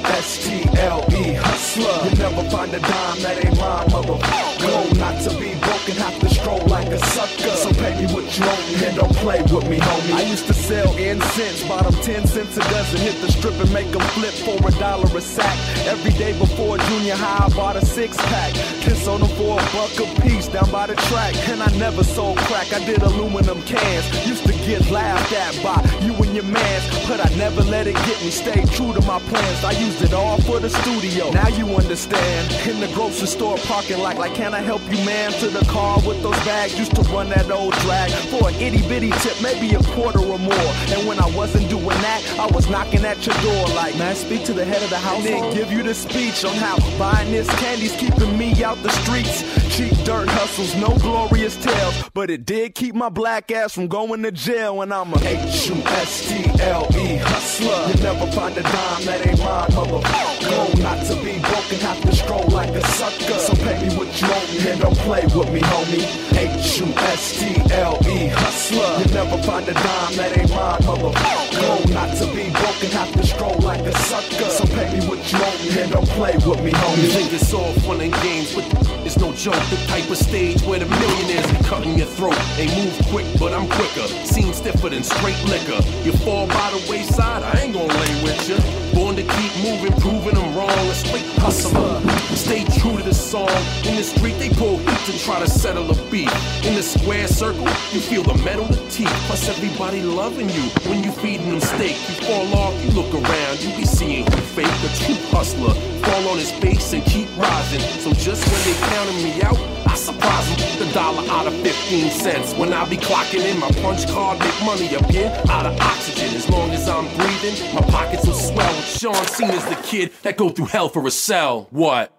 H-U-S-T-L-E, hustler. You never find a dime that ain't mine, motherfucker. Go not to be broken, have to stroll like a sucker. So pay me what you owe me and don't play with me, homie. I used to sell incense, bottom 10 cents a dozen. Hit the strip and make them flip for a dollar a sack. Every day before junior high, I bought a six pack. Kiss on them for a buck a piece down by the track. And I never sold crack, I did aluminum cans. Used to get laughed at by you and your mans. But I never let it get me, stayed true to my plans. I used it all for the studio, now you understand. In the grocery store parking lot, like, can I help you, man? To the car with those bags, used to run that old drag. For an itty bitty tip, maybe a quarter or more. And when I wasn't doing that, I was knocking at your door, like, man, speak to the head of the house. Then give you the speech on how buying this candy's keeping me out the streets. Cheap dirt hustles, no glorious tales, but it did keep my black ass from going to jail. And I'm a H-U-S-T-L-E E hustler. You never find a dime that ain't mine, motherfucker. Go not to be broken, have to stroll like a sucker. So pay me what you owe me and don't play with me, homie. H-U-S-T-L-E hustler. You never find a dime that ain't mine, motherfucker. Go not to be broken, have to stroll like a sucker. So pay me what you owe me and don't play with me, homie.
You think it's all fun and games, but it's no joke. The type of stage where the millionaires be cutting your throat. They move quick, but I'm quicker. Seem stiffer than straight liquor. You fall by the wayside, I ain't gonna lay with you. Born to keep moving, proving them wrong. A straight hustler. Stay true to the song. In the street, they pull heat and try to settle a beat. In the square circle, you feel the metal, the teeth. Plus, everybody loving you when you feeding them steak. You fall off, you look around, you be seeing who fake a true hustler. Fall on his face and keep rising. So just when they counting me out, I surprise them. The dollar out of 15 cents. When I be clocking in, my punch card make money appear out of oxygen. As long as I'm breathing, my pockets will swell. Sean Cena's the kid that go through hell for a cell. What?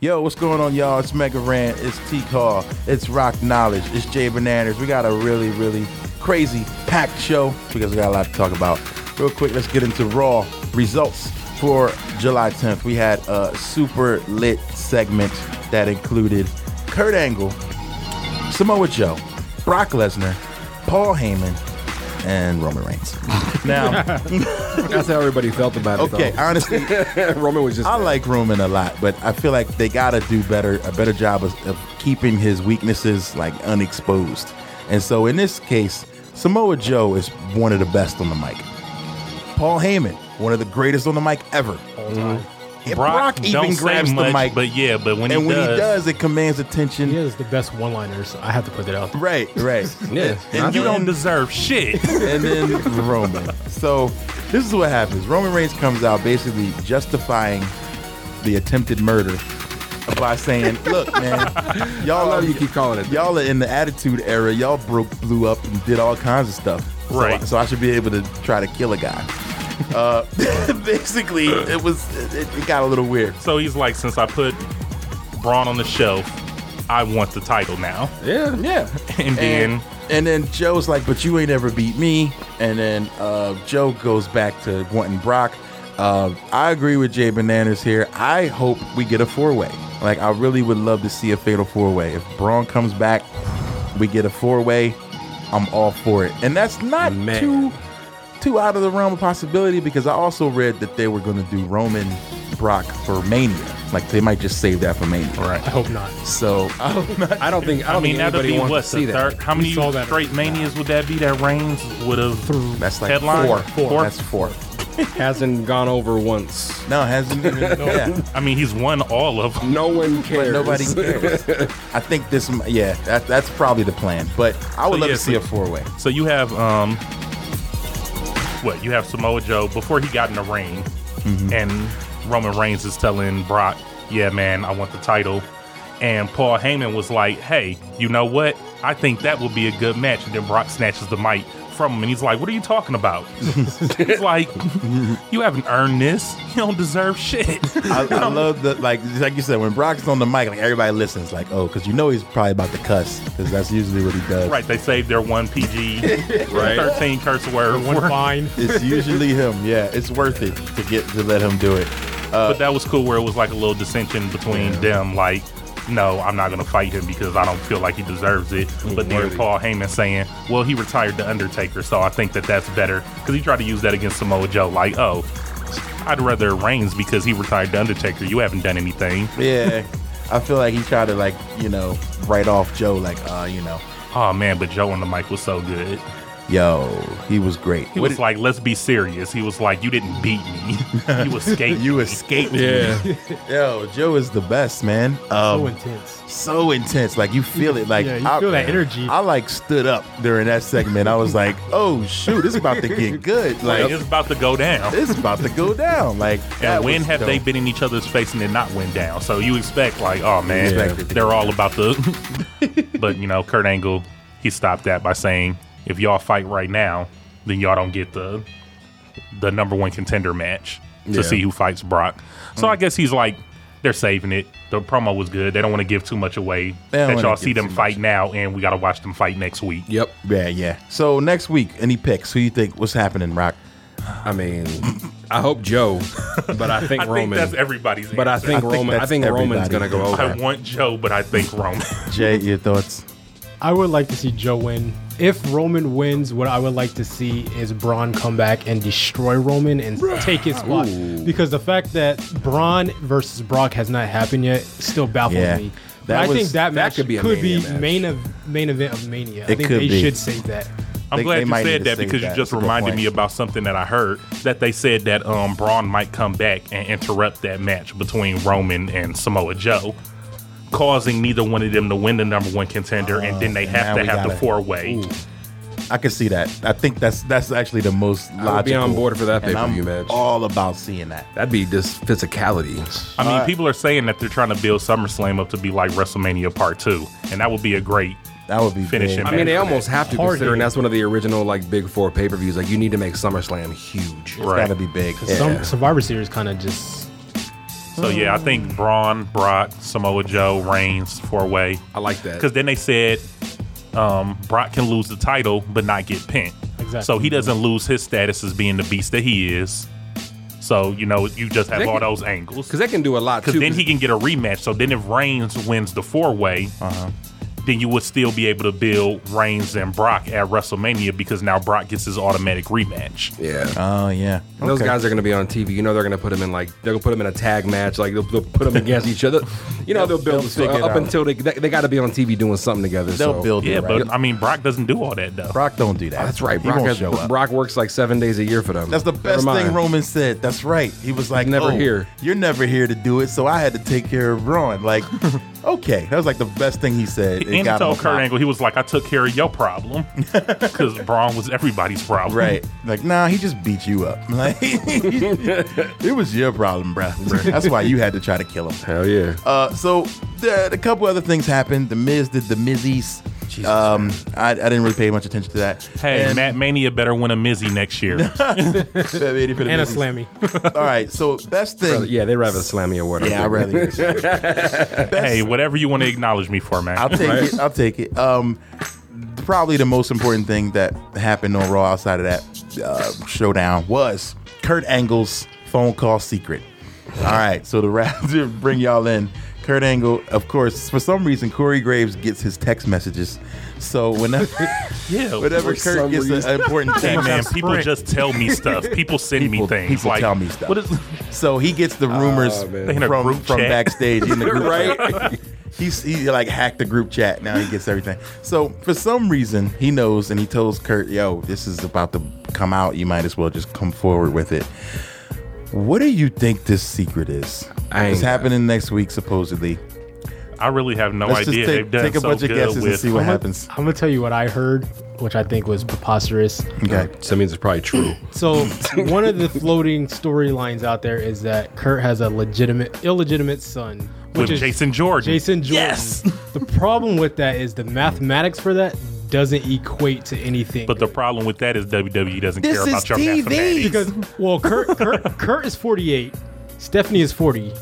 Yo, what's going on, y'all? It's Mega Rant, it's T Call, it's Rock Knowledge, it's Jay Bananas. We got a really, really crazy packed show because we got a lot to talk about. Real quick, let's get into Raw results for July 10th. We had a super lit segment that included Kurt Angle, Samoa Joe, Brock Lesnar, Paul Heyman, and Roman Reigns. Now,
That's how everybody felt about it.
okay, honestly,
though. Roman was just
I like Roman a lot, but I feel like they gotta do better a better job of, of keeping his weaknesses like unexposed. And so in this case, Samoa Joe is one of the best on the mic. Paul Heyman, one of the greatest on the mic ever. And Brock,
don't
even
say
grabs
much,
the mic,
but yeah, but when,
and
he,
when
does,
he does, it commands attention.
He is the best one-liners. I have to put that out. there.
Right, right.
yeah.
and you
you
don't
don't deserve shit.
and then Roman. So this is what happens. Roman Reigns comes out basically justifying the attempted murder by saying, "Look, man,
I
y'all are
love you keep calling it.
y'all are in the attitude era. Y'all broke, blew up, and did all kinds of stuff. So-
Right.
So, I should be able to try to kill a guy." Uh, basically, it was it, it got a little weird.
so he's like, since I put Braun on the shelf, I want the title now.
Yeah.
Yeah.
And then
and then Joe's like, but you ain't ever beat me. And then uh, Joe goes back to wanting Brock. Uh, I agree with Jay Bananas here. I hope we get a four way. Like, I really would love to see a fatal four way. If Braun comes back, we get a four way. I'm all for it. And that's not
Man.
too too out of the realm of possibility because I also read that they were going to do Roman Brock for Mania. Like, they might just save that for Mania.
I hope not.
So, uh,
I don't think. I,
I
don't
mean,
think
that'd
anybody
be
wants
what
to
the
see that.
third. How many
saw that.
straight manias would that be that Reigns would have?
that's like
Headline?
four.
Four.
That's four.
Hasn't gone over once.
No, it hasn't even. yeah.
I mean, he's won all of them.
No one cares.
Nobody cares. I think this, m- yeah, that, that's probably the plan. But I would
So,
love
yeah,
to see
so-
a four way.
So you have um, what you have Samoa Joe before he got in the ring,
Mm-hmm.
and Roman Reigns is telling Brock, "Yeah, man, I want the title," and Paul Heyman was like, "Hey, you know what? I think that would be a good match." And then Brock snatches the mic from him, and he's like, "What are you talking about?" it's like you haven't earned this. You don't deserve shit.
I, I love the like, like you said, when Brock's on the mic, like everybody listens, like oh, because you know he's probably about to cuss, because that's usually what he does.
right? They saved their one PG, thirteen curse word.
One
for-
fine.
It's usually him. Yeah, it's worth it to get to let him do it. Uh,
but that was cool where it was like a little dissension between them like no i'm not gonna fight him because i don't feel like he deserves it
Mm,
but then paul heyman saying well he retired the undertaker so i think that that's better because he tried to use that against samoa joe like oh i'd rather reigns because he retired the undertaker you haven't done anything
Yeah, I feel like he tried to like you know write off Joe, like uh, you know,
oh man but joe on the mic was so good
yo, he was great.
he
What
was
did-
like let's be serious he was like you didn't beat me you escaped
you
me."
escaped.
Yeah.
Yo, Joe is the best man.
so
Um,
intense.
so intense. Like you feel it. Like
Yeah, you feel that energy.
I like stood up during that segment. I was like, oh shoot, it's about to get good.
like,
Like
it's about to go down
it's about to go down. Like that
And when
was
have they
dope.
been in each other's face and did not win down? So you expect like, oh man,
expect it.
they're all about the. but you know, Kurt Angle, he stopped that by saying, if y'all fight right now, then y'all don't get the the number one contender match to
Yeah.
see who fights Brock. So I guess he's like, they're saving it. The promo was good. They don't want to give too much away.
don't
That
wanna
y'all
give
see them
too much.
fight now, and we got to watch them fight next week.
Yep.
Yeah, yeah. So next week, any picks? Who you think? What's happening, Rock?
I mean, I hope Joe, but I think
I
Roman.
think that's everybody's.
but I
answer.
think
I think
Roman. I
that's
think Roman's
everybody.
gonna go over.
I want Joe, but I think Roman.
Jay, your thoughts?
I would like to see Joe win. If Roman wins, what I would like to see is Braun come back and destroy Roman and take his spot. Because the fact that Braun versus Brock has not happened yet still baffles
Yeah.
me.
That
But I
was-
think that
that
match
could be a Mania match.
main ev- main event of Mania. I
It
think
could
they
be.
should save that.
I'm
They-
glad
they might
you
need
said
to
that
save
because
that.
you just
That's a good
reminded
point.
me about something that I heard that they said that um Braun might come back and interrupt that match between Roman and Samoa Joe, causing neither one of them to win the number one contender, and then they
Oh, now
have to
we
have the
gotta-
four way.
I can see that. I think that's that's actually the most logical.
I would be on board for that
and
pay-per-view
I'm
match.
All about seeing that.
That'd be just physicality.
I mean, people are saying that they're trying to build SummerSlam up to be like WrestleMania Part Two, and that would be a great.
That would be
Finish
big.
him.
I mean, they almost have to,
Hard
considering
hit.
that's one of the original like big four pay per views. Like, you need to make SummerSlam huge.
It's
Right.
gotta be big.
'Cause
Yeah.
Some Survivor Series kind of just
So yeah, I
Mm.
think Braun, Brock, Samoa Joe, Reigns four way.
I like that.
Because then they said um, Brock can lose the title but not get pinned.
Exactly.
So he doesn't lose his status as being the beast that he is. So you know you just have
They
all
can-
those angles.
Because that can do a lot
Because
too.
then he can get a rematch. So then if Reigns wins the four way, then you would still be able to build Reigns and Brock at WrestleMania because now Brock gets his automatic rematch.
Yeah.
Oh yeah.
And Those
Okay.
guys are going to be on TV. You know they're going to put them in like they're going to put them in a tag match. Like they'll, they'll put them against each other. You know they'll
they'll
build the story
figure it
up
out.
until they they, got to be on TV doing something together.
They'll
so.
build
Yeah,
it. Right?
but I mean Brock doesn't do all that though.
Brock don't do that.
That's right.
He
Brock,
won't
has,
show up.
Brock works like seven days a year for them.
That's the
Never
best thing
mind.
Roman said. That's right. He was like,
Never
"Oh,
here."
You're never here to do it, so I had to take care of Braun." Like, okay, that was like the best thing he said. It
and he
got him
told
a
Kurt
pop.
Angle he was like, "I took care of your problem," because Braun was everybody's problem.
Right. Like, nah, he just beat you up. Like, it was your problem, bruh. That's why you had to try to kill him.
Hell yeah.
Uh, so the, a couple other things happened. The Miz did the Mizzies. Um, I, I didn't really pay much attention to that.
Hey,
And-
Matt Mania better win a Mizzy next year.
and a slammy.
All right. So best thing.
yeah, they rather slam me or whatever.
Yeah, I rather.
hey, whatever you want to acknowledge me for, man.
I'll take it. I'll take it. Um, probably the most important thing that happened on Raw outside of that uh, showdown was Kurt Angle's phone call secret. All right, so the round to bring y'all in. Kurt Angle, of course, for some reason Corey Graves gets his text messages. So whenever,
Yeah,
whenever
for
Kurt
some
gets a-
reason.
an important
Hey
text,
man, people
Sprint.
just tell me stuff. People send me
People-
things.
people
like,
tell me stuff.
What is?
so he gets the rumors
Oh, man.
They in a
from
group
from
chat.
backstage in the group
Right?
chat. He's, he like hacked the group chat. Now he gets everything. So for some reason he knows and he tells Kurt, "Yo, this is about to come out. You might as well just come forward with it." What do you think this secret is?
I ain't
it's
got
happening next week, supposedly.
I really have no
Let's
idea.
just
They've
take,
done
take a
so
bunch of
good
guesses
with
and see what happens.
I'm gonna tell you what I heard, which I think was preposterous.
Okay.
So that means it's probably true.
So one of the floating storylines out there is that Kurt has a legitimate, illegitimate son, which
with
is
Jason Jordan.
Jason Jordan.
Yes.
the problem with that is the mathematics for that doesn't equate to anything.
But the problem with that is WWE doesn't
This
care about
is
your
TV.
mathematics.
because well, Kurt, Kurt, Kurt is 48, Stephanie is 40.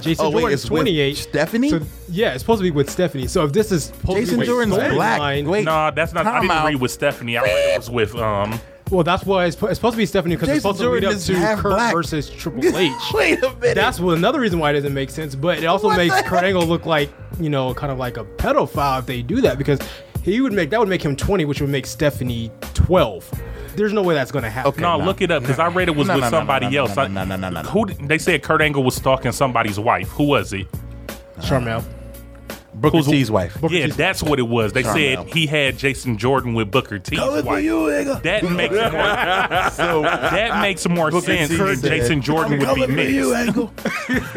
Jason
Oh, wait,
Jordan
it's
is
with
28.
Stephanie?
So, yeah, it's supposed to be with Stephanie. So if this is supposed to
Jason
be a
Jordan's black.
storyline-
Wait,
no, that's not. I
time
didn't
out.
read with Stephanie. I read it was with um.
Well, that's why it's, it's supposed to be Stephanie because it's
Jason
supposed to lead up
Jordan is
to
half
Kurt
black.
versus Triple H.
Wait a minute.
That's what, another reason why it doesn't make sense. But it also
What
makes
the
Kurt
heck?
Angle look like you know kind of like a pedophile if they do that because he would make that would make him twenty, which would make Stephanie twelve. There's no way that's going to happen.
Okay.
No,
no.
look it up because I read it was
No,
with
no, no,
somebody
no, no,
else.
no,
I-
no, no, no, no, no.
Who did- they said Kurt Angle was stalking somebody's wife. Who was he?
Charmel.
Booker T's wife.
Booker
yeah,
T's-
that's what it was. They
Charmel.
said he had Jason Jordan with Booker T's wife.
nigga.
That makes more, so that makes more
Booker
sense.
T
than
said,
Jason Jordan
"I'm
would be
coming for you,
mixed.
Angle.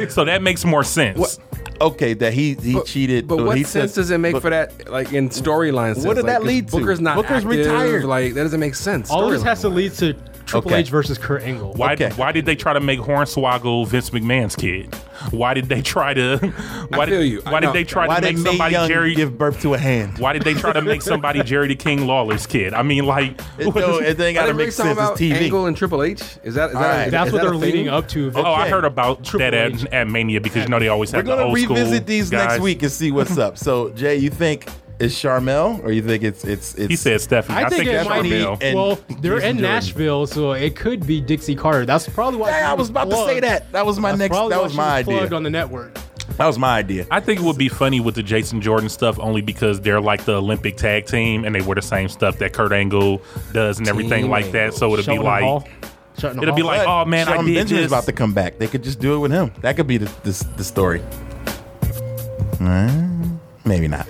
So that makes more sense.
What? Okay, that he he cheated.
But
or
what
he
sense
said-
does it make
but-
for that? Like in storyline, sense?
What did
Like,
that
'cause
lead to?
Booker's not.
Booker's
active,
retired.
Like that doesn't make sense.
All this has to
storyline-wise.
lead to Triple
Okay.
H versus Kurt Angle.
Why,
Okay.
why did they try to make Hornswoggle Vince McMahon's kid? Why did they try to? Why
feel
did,
you. I
Why
know.
did they try to
Why did
make
Mae
somebody
Young
Jerry?
give birth to a hand?
why did they try to make somebody Jerry the King Lawler's kid? I mean, like,
It, no, it ain't gotta
Are they
make
really talking
sense.
about
It's TV.
Angle and Triple H? Is that? Is that
right.
is
That's
that
what
a
they're
thing?
leading up to.
oh, I
Okay.
heard about
Triple
that
H.
at, at Mania because you know they always
We're
have the
gonna
old school
revisit these
guys.
next week and see what's up. So Jay, you think it's Charmel or you think it's it's it's?
He said Stephanie. I, think, it's
might be-
Charmel.
and
well, they're
Jason
in
Jordan.
Nashville, so it could be Dixie Carter. That's probably why.
Hey,
she
I was
was
about to say
plugged.
that. That was my
That's
next.
probably
That
why
was
she
my
Plugged
idea.
on the network.
That was my idea.
I think it would be funny with the Jason Jordan stuff only because they're like the Olympic tag team and they wear the same stuff that Kurt Angle does and everything
Team
like that. So it'll
Shutting
be
them
like
all. Shutting them
it'll be
all.
like,
But
oh man,
Shawn
I did
Benjamin's
this.
about to come back. They could just do it with him. That could be the the, the story. Mm, Maybe not.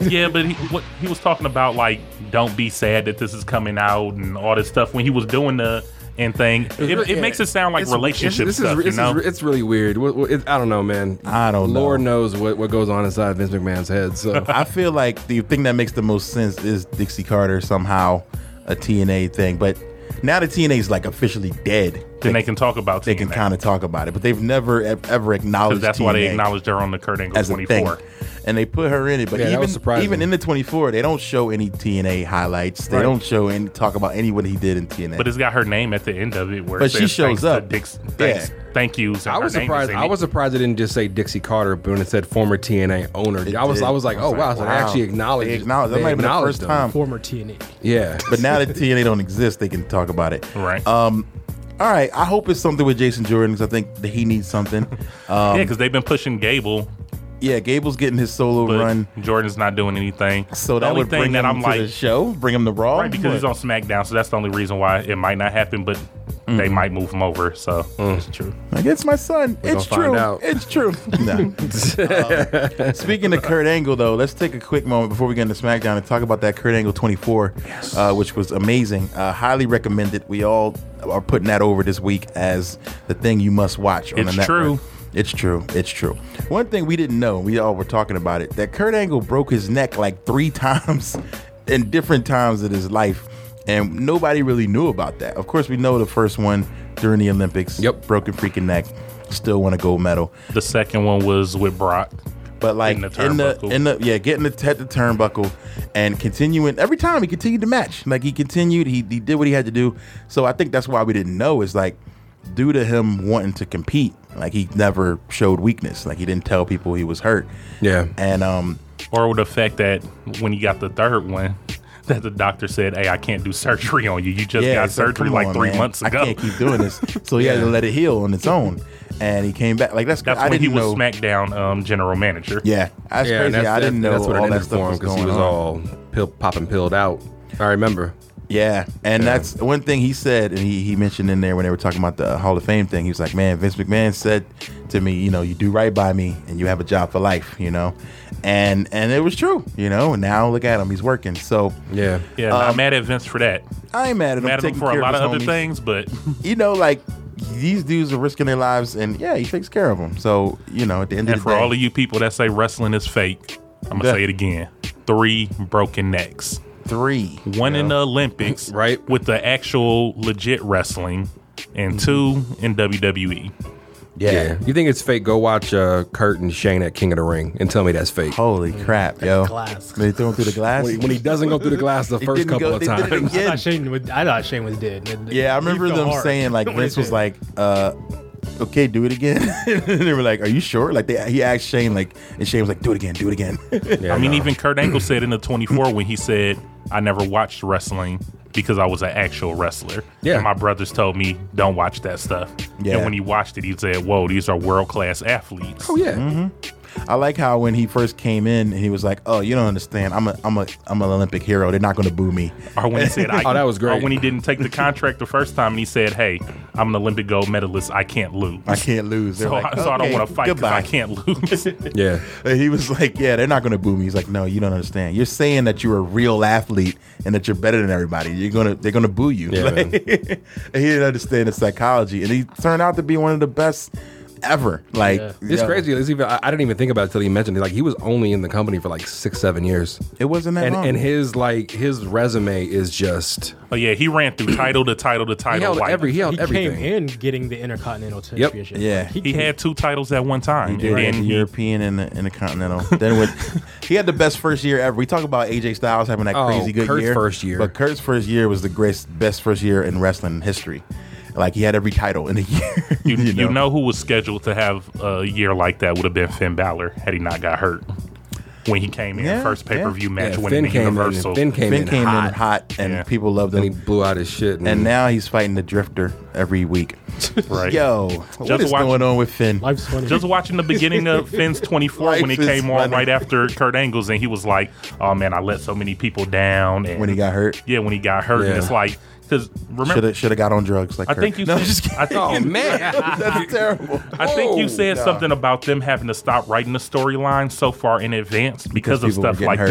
yeah, but he, what he was talking about, like, don't be sad that this is coming out and all this stuff when he was doing the end thing. It, it,
Yeah.
makes it sound like
It's-
relationship
it's- this
stuff,
Is, this
you know?
is, it's really weird. What- what- it- I don't know, man.
I don't know.
Lord knows what, what goes on inside Vince McMahon's head. So
I feel like the thing that makes the most sense is Dixie Carter somehow a TNA thing, but now that TNA is like officially dead,
then they can talk about
they can kind of talk about it, but they've never ev- ever acknowledged.
because that's why they
TNA
acknowledged her on the Kurt Angle
as a thing,
24.
and they put her in it. But
Yeah, that was
even
surprising.
even in the twenty four, they don't show any TNA highlights. They
Right.
don't show any talk about any what he did in TNA.
But it's got her name at the end of it, where
But
it
she
says,
shows
"Thanks to
up.
Dick's,
Yeah.
thanks, thank yous. And
I
her
was
name is
surprised.
in
I
it.
was surprised it didn't just say Dixie Carter, but when it said former TNA owner,
It
I was
did.
I was like, oh wow, so they actually acknowledged.
They acknowledged. That
they
might have been the
acknowledged
first
them.
time.
former TNA.
Yeah,
But now that TNA don't exist, they can talk about it.
Right.
Um. All right. I hope it's something with Jason Jordan because I think that he needs something. Um,
yeah, because they've been pushing Gable,
yeah. Gable's getting his solo
but
run,
Jordan's not doing anything.
so
The
that
only
would bring
thing that
him
I'm
to
like,
the show. Bring him to Raw.
right, because he's on
What?
SmackDown, so that's the only reason why it might not happen. But
Mm.
they might move him over. So that's true.
Like, it's my son.
gonna
it's
find
true.
out.
It's true. No. Um, speaking of Kurt Angle, though, let's take a quick moment before we get into SmackDown and talk about that Kurt Angle 24, uh, which was amazing. Uh, highly recommended. We all are putting that over this week as the thing you must watch. On
It's
the network.
true.
It's true. It's true. One thing we didn't know, we all were talking about it, that Kurt Angle broke his neck like three times in different times of his life. And nobody really knew about that. Of course, we know the first one during the Olympics.
Yep.
Broken freaking neck. Still won a gold medal.
The second one was with Brock.
But like in
Getting
the,
the
in the
turnbuckle.
yeah, getting the at the turnbuckle and continuing every time he continued the match. Like he continued, he, he did what he had to do. So I think that's why we didn't know is like due to him wanting to compete, like he never showed weakness. Like he didn't tell people he was hurt.
Yeah.
And um
Or with the fact that when he got the third one, that the doctor said, "Hey, I can't do surgery on you. You just
Yeah,
got
so
surgery
come
like
on,
three
man.
months
I
ago."
can't keep doing this. So he had to let it heal on its own. And he came back. Like that's
That's
I
when he
didn't
was
know.
SmackDown um, general manager.
Yeah, that's
yeah,
crazy.
and that's,
I didn't know
that's what
all
it
that
ended
stuff
for him
was
because
going
he was
on.
all pill popping pilled out. I remember.
Yeah, and that's one thing he said, and he, he mentioned in there when they were talking about the Hall of Fame thing. He was like, "Man, Vince McMahon said to me, you know, you do right by me, and you have a job for life, you know," and and it was true, you know. And now look at him; he's working. So
Yeah.
Yeah, not mad at Vince for that.
I ain't mad at him.
Mad at him
taking
for a
care
lot of
his
other
homies.
things, but
You know, like these dudes are risking their lives, and yeah, he takes care of them. So you know, at the end
and
of the
for
day,
all of you people that say wrestling is fake, I'm gonna
Yeah.
say it again: three broken necks.
three,
One in the Olympics,
Right.
with the actual legit wrestling, and two in E. WWE.
Mm-hmm. yeah.
You think it's fake? Go watch uh, Kurt and Shane at King of the Ring and tell me that's fake.
Holy crap, yo!
glass.
They threw him through the glass
When he, when he doesn't go through the glass the
They
first
didn't
couple
go-
of
they did it
times.
I
again.
thought Shane, was, I thought Shane was dead.
Yeah, I remember
He fell
them
hard.
saying like
When
Vince
he
was
did.
like, uh, "Okay, do it again." and they were like, "Are you sure?" Like they, he asked Shane like, and Shane was like, "Do it again, do it again."
Yeah,
I mean,
no.
even Kurt Angle said in the 24 when he said, I never watched wrestling because I was an actual wrestler.
Yeah.
And my brothers told me, don't watch that stuff.
Yeah.
And when he watched it, he said, whoa, these are world class athletes.
Oh yeah.
I like how when he first came in, and he was like, "Oh, you don't understand. I'm a, I'm a, I'm an Olympic hero. They're not going to boo me."
Or when he said, I,
Oh, that was great.
Or when he didn't take the contract the first time and he said, hey, I'm an Olympic gold medalist. I can't lose.
I can't lose. They're
So,
like,
I, so I don't
"Okay,
want to fight because I
goodbye."
can't lose.
Yeah.
And he was like, "Yeah, they're not going to boo me." He's like, "No, you don't understand. You're saying that you're a real athlete and that you're better than everybody. You're gonna, they're gonna boo you."
Yeah,
Like, and he didn't understand the psychology, and he turned out to be one of the best ever. Like,
It's
yo,
crazy. It's even I, I didn't even think about it until he mentioned it. Like he was only in the company for like six, seven years.
It wasn't that
and
long.
and his like his resume is just
but yeah, he ran through title to title to
he
title.
held
like,
every he held
he
everything.
came in getting the Intercontinental Championship.
Yeah.
Like,
he
came-
had two titles at one time.
He did.
and
the
then he-
European and the, and the Continental. then with he had the best first year ever. We talk about AJ Styles having that
Oh,
crazy good
Kurt's
year.
first year.
but Kurt's first year was the greatest, best first year in wrestling history. Like he had every title in a year.
You, you, know. who was scheduled to have a year like that would have been Finn Balor had he not got hurt when he came in
Yeah,
first pay per view
yeah.
match
Yeah,
winning
Finn
the
came in.
Universal.
Finn came
Finn
in
came
hot,
in hot, and
Yeah.
people loved him.
and he
And,
blew out his shit. And,
now he's fighting the Drifter every week.
right.
Yo, what
Just
is
watch-
going on with Finn?
Life's funny.
Just watching the beginning of Finn's 24 when he
Life is
came on
funny.
right after Kurt Angle's, and he was like, "Oh man, I let so many people down." And
When he got hurt?
yeah, when he got hurt,
Yeah.
and it's like because remember,
Should have should have got on drugs. Like
I
Kurt.
think you.
No,
said,
I'm just kidding. Oh,
I think
oh man,
That's terrible.
I think you
Whoa.
said something about them having to stop writing the storyline so far in advance because,
Because
of
people were
stuff
getting
like
hurt.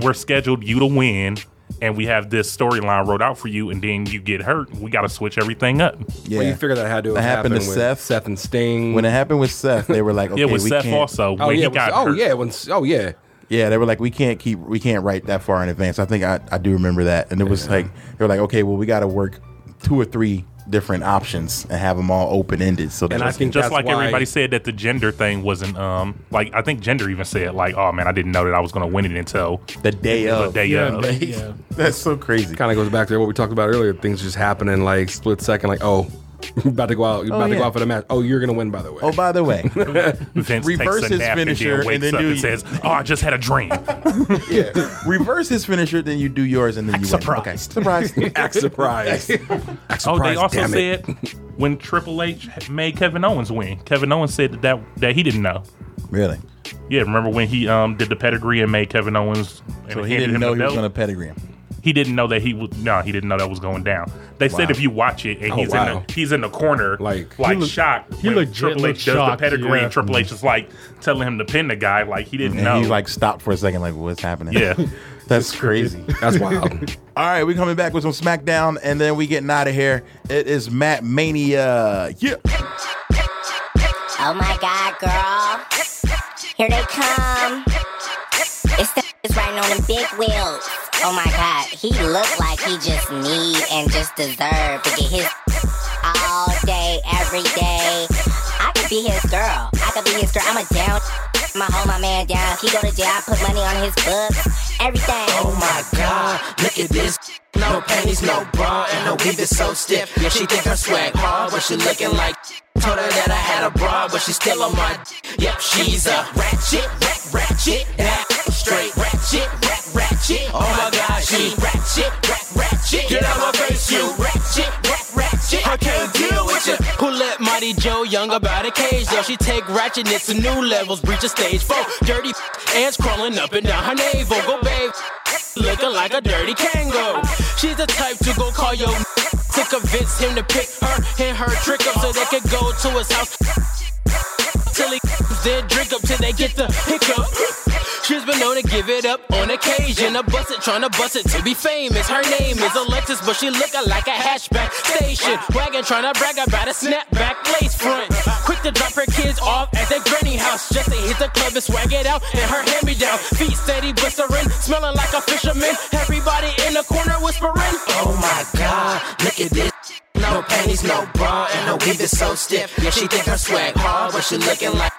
this. Like we're scheduled you to win, and we have this storyline wrote out for you, and then you get hurt. We got to switch everything up.
Yeah.
Well, you figure that had to
That
have
happened to
with
Seth.
Seth and Sting.
when it happened with Seth, they were like, okay,
yeah, with
we
Seth
can't,
also.
oh
when
yeah,
he
when-
got
oh
hurt.
yeah, when oh yeah,
Yeah, they were like, we can't keep, we can't write that far in advance. I think I, I do remember that. And it was like, they were like, okay, well, we got to work two or three different options and have them all open ended. So
and I
that's-
think
Just
that's
like
why-
everybody said that the gender thing wasn't um like I think gender even said like oh man I didn't know that I was gonna win it until
the day
the
of.
day
yeah,
of.
but- yeah.
That's so crazy.
kind of goes back to what we talked about earlier. Things just happening like split second, like oh, you're about to go out, you're about to
yeah.
go out for the match. Oh, you're gonna win by the way.
Oh, by the way,
Vince
Reverse
takes a
his
nap
finisher
and
and
then wakes
then
up
do
and
you-
says oh I just had a dream.
yeah. reverse his finisher, then you do yours, and then you
Surprised.
win. Okay. Surprise.
Act surprise. Act surprise.
Oh, they also
damn it.
said when Triple H made Kevin Owens win, Kevin Owens said that, that that he didn't know.
really?
Yeah, remember when he um did the pedigree and made Kevin Owens? And
So he
handed him
didn't
the
know he was
belt?
going to pedigree him.
He didn't know that he would. No, he didn't know that was going down. They said if you watch it and
Oh,
he's
wow.
in the, he's in the corner like
Like- He
like
looked-
shocked.
he
when
legit
Triple
looked
H does the
shocked,
pedigree.
yeah.
and Triple H is like telling him to pin the guy. Like he didn't
And
know.
he like stopped for a second, like, what's happening?
yeah,
That's crazy.
That's wild.
All right, we're coming back with some SmackDown, and then we getting out of here. It is Matt Mania. Yeah.
Oh my god, girl. Here they come. It's the is riding on them big wheels. Oh my god, he looked like he just need and just deserve to get his all day, every day. I could be his girl. I could be his girl. I'm a down. I'm going to hold my man down. If he go to jail, I put money on his books. Everything.
Oh my god, look at this. No panties, no bra, and her weave is so stiff. Yeah, she think her swag hard, but she looking like. Told her that I had a bra, but she still on my. Yep, she's a ratchet, rat, ratchet, that straight ratchet, rat, ratchet. Oh my god. about a cage, though. She take ratchetness to new levels, breach a stage four. Dirty ants crawling up and down her navel. Go babe, looking like a dirty kango. She's the type to go call your to convince him to pick her and her trick up so they could go to his house. Till he then drink up till they get the hiccup. She's been known to give it up on occasion. A bust it, trying to bust it to be famous. Her name is Alexis, but she looking like a hatchback station. Wagon trying to brag about a snapback lace front. Quick to drop her kids off at their granny house. Just to hit the club and swag it out and her hand me down. Feet steady, blistering, smelling like a fisherman. Everybody in the corner whispering.
Oh my god, look at this. No panties, no bra, and her weave is so stiff. Yeah, she think her swag hard, but she looking like.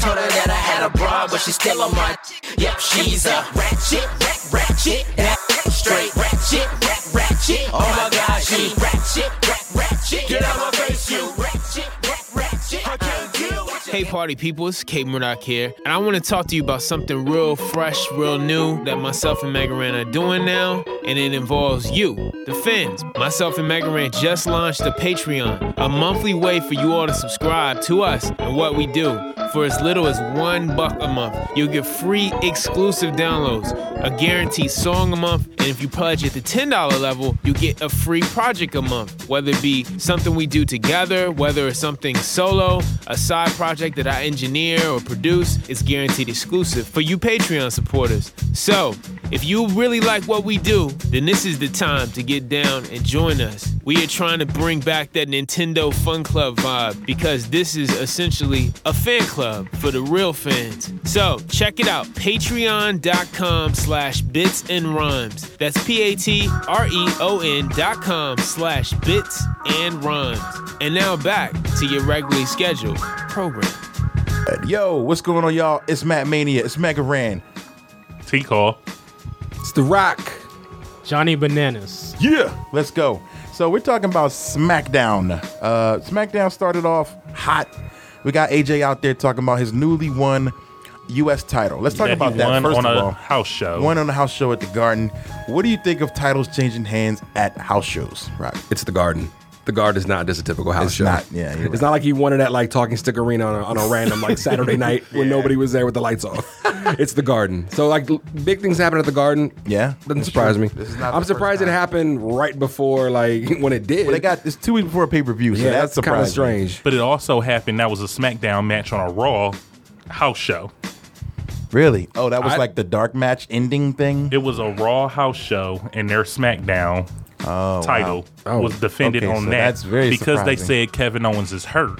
Told her that I had a bra, but she still on my. Yep, she's a ratchet, rat, ratchet, that straight ratchet, rat, ratchet. Oh my god, she ratchet, rat, ratchet. Get out my face, you ratchet, rat, ratchet. I can't deal with
Hey, party people, it's Kate Murdoch here, and I want to talk to you about something real fresh, real new that myself and Megaran are doing now, and it involves you, the fans. Myself and Megaran just launched the Patreon, a monthly way for you all to subscribe to us and what we do. For as little as one buck a month, you'll get free exclusive downloads, a guaranteed song a month, and if you pledge at the $10 level, you get a free project a month, whether it be something we do together, whether it's something solo, a side project that I engineer or produce, it's guaranteed exclusive for you Patreon supporters. So, if you really like what we do, then this is the time to get down and join us. We are trying to bring back that Nintendo Fun Club vibe because this is essentially a fan club for the real fans. So, check it out, patreon.com slash bits and rhymes. That's P-A-T-R-E-O-N E dot com slash bits and rhymes. And now back to your regularly scheduled program.
Yo, what's going on, y'all? It's Matt Mania. It's Megaran.
T Call.
It's The Rock.
Johnny Bananas.
Yeah, let's go. So we're talking about SmackDown. Uh, SmackDown started off hot. We got AJ out there talking about his newly won U.S. title. Let's talk
That he
about that
won
first
on
of
a
all.
house show.
One on a house show at the Garden. What do you think of titles changing hands at house shows? Right.
It's the garden. The garden is not just a typical house
It's
show.
not, yeah, you're
it's
right.
not like he wanted that like talking stick arena on a, on a random like Saturday night when nobody was there with the lights off. it's the garden. So like l- big things happen at the garden.
Yeah,
doesn't
that's
surprise
true.
me.
This is not the
I'm
first
surprised it
time.
happened right before like when it did.
Well, they got it's two weeks before a pay per view, so
yeah,
that's,
that's kind of
surprising.
strange.
But it also happened that was a SmackDown match on a Raw house show.
Really? Oh, that was
I-
like the dark match ending thing.
It was a Raw house show, and their SmackDown title
Oh,
was defended
okay,
on that
so that's very
because they
surprising.
said Kevin Owens is hurt.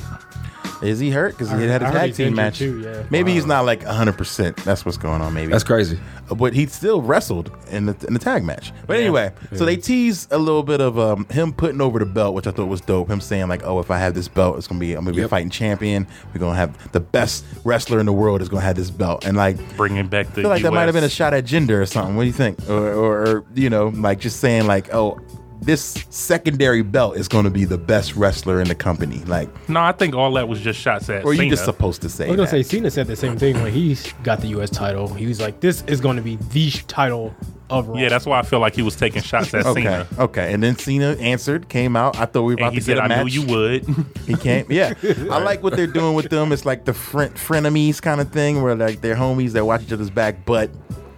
Is he hurt? Because he
I
had a
heard
tag
he's
team
injured
match.
too, yeah.
Maybe he's not like 100. percent That's what's going on. Maybe Uh,
That's crazy.
but he still wrestled in the, in the tag match. But anyway, so they teased a little bit of um, him putting over the belt, which I thought was dope. Him saying like, "Oh, if I have this belt, it's gonna be I'm gonna be a
Yep.
fighting champion. We're gonna have the best wrestler in the world is gonna have this belt." And like,
Bringing back the
I feel like
US.
that might have been a shot at gender or something. What do you think? Or, or, or you know, like just saying like, "Oh, this secondary belt is gonna be the best wrestler in the company." Like,
no, I think all that was just shots at.
or you just
Cena.
supposed to say?
I was gonna say
that.
Cena said the same thing when he got the U.S. title. He was like, "This is going to be the title of Raw."
Yeah, that's why I feel like he was taking shots at
Okay.
Cena.
Okay. And then Cena answered, came out. I thought we were about
And he
to
said,
get a
"I
match.
knew you would."
He came. Yeah, I like what they're doing with them. It's like the friend frenemies kind of thing, where like they're homies that watch each other's back. But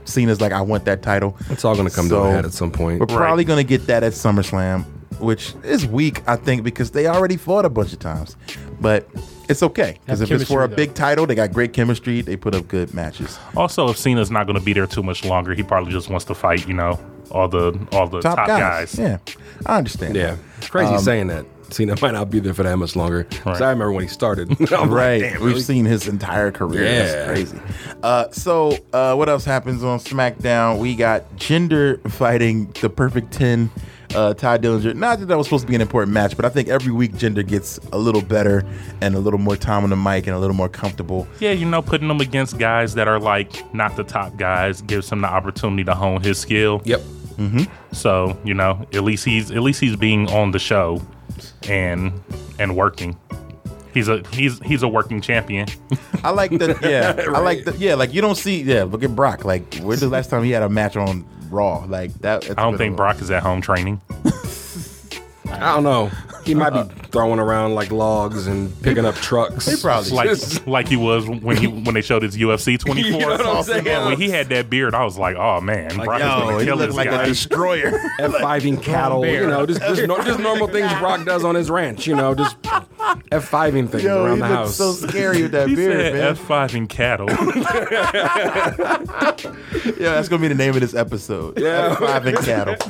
Cena's like, I want that title.
It's all gonna come to a head at some point.
We're probably gonna get that at SummerSlam, which is weak, I think, because they already fought a bunch of times. But it's okay because
Have
if it's for a
chemistry,
big title, they got great chemistry. They put up good matches.
also, if Cena's not going to be there too much longer, he probably just wants to fight. You know, all the all the top, guys.
Yeah, I understand. Um,
Yeah, it's crazy saying that. Cena might not be there for that much longer. 'Cause I remember when he started. I'm like,
Right.
"Damn,
We've
really?"
seen his entire career. That's
Yeah.
crazy. Uh, so, uh, what else happens on SmackDown? We got Gender fighting the Perfect 10, uh, Ty Dillinger. Not that that was supposed to be an important match, but I think every week Gender gets a little better and a little more time on the mic and a little more comfortable.
Yeah, you know, putting him against guys that are like not the top guys gives him the opportunity to hone his skill.
Yep.
Mm-hmm.
So you know, at least he's at least he's being on the show, and and working. He's a he's he's a working champion.
I like that. Yeah. I like that. Yeah. Like, you don't see. Yeah. Look at Brock. Like, where's the last time he had a match on Raw? Like, that.
I don't think Brock is at home training.
Uh,
I don't know. He might be throwing around like logs and picking up trucks.
like like he was when he when they showed his UFC 24.
You know what I'm saying?
Man, when he had that beard, I was like, oh man, Brock is
yo,
gonna
he
kill
looked
this
like a
guy.
destroyer.
F5ing cattle, you know, just just, nor- just normal things Brock does on his ranch, you know, just F5ing things
Yo,
around
he
the
looked
house.
so scary with that
he
beard,
said
man.
F5 and cattle.
Yeah, that's gonna be the name of this episode. Yeah, five and cattle.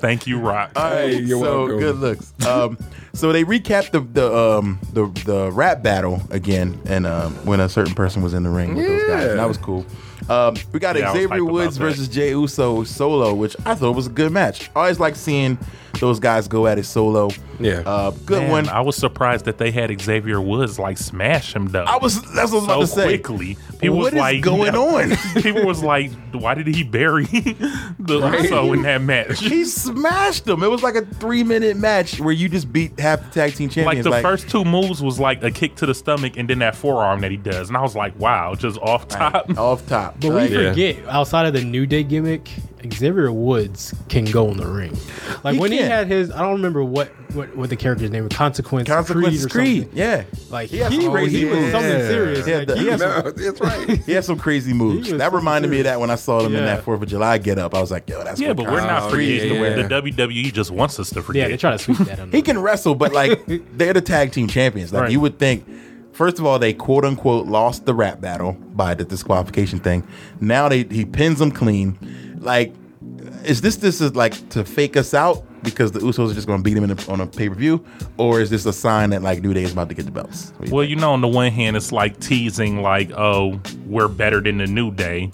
Thank you, Rock.
All right,
Hey, you're
so
welcome.
good looks. Um, so they recapped the the um, the the rap battle again, and um, when a certain person was in the ring with those guys, and that was cool. Um, we got
Yeah, I was hyped
Xavier
about
Woods
that.
versus Jay Uso solo, which I thought was a good match. I always like seeing those guys go at it solo.
Yeah.
uh, good
Man,
one.
I was surprised that they had Xavier Woods like smash him though.
I was that's what I was about
so
to say.
quickly. People
What
was
is
like,
going on?
People was like, why did he bury the Uso in that match?
He smashed them. It was like a three minute match where you just beat half the tag team champions.
like the first two moves was like a kick to the stomach and then that forearm that he does, and I was like, wow, just off top.
off top.
But
Like,
we forget outside of the New Day gimmick, Xavier Woods can go in the ring. Like
He
when he
can.
had his, I don't remember what what, what the character's name was. Consequence, Creed
Consequence
or
Creed.
something.
Yeah.
Like he,
He had some
was,
crazy
he was
moves.
something
Yeah.
serious.
He had
Like,
the- he had some-
No, that's right.
He had some crazy moves.
He was
That
so
reminded me of that when I saw him in
Yeah.
that Fourth of July get up. I was like, yo, that's
yeah,
what
but we're
Kyle-
not
Oh,
forgetting
yeah, yeah.
the WWE E just wants us to forget.
yeah, they try to sweep that under.
He can wrestle, but like they're the tag team champions. Like
Right.
you would think. First of all, they quote unquote lost the rap battle by the disqualification thing. Now they he pins them clean. Like, is this this is like to fake us out because the Usos are just going to beat him in a, on a pay per view, or is this a sign that like New Day is about to get the belts? What do you
Well, you know, on the one hand, it's like teasing, like, oh, we're better than the New Day.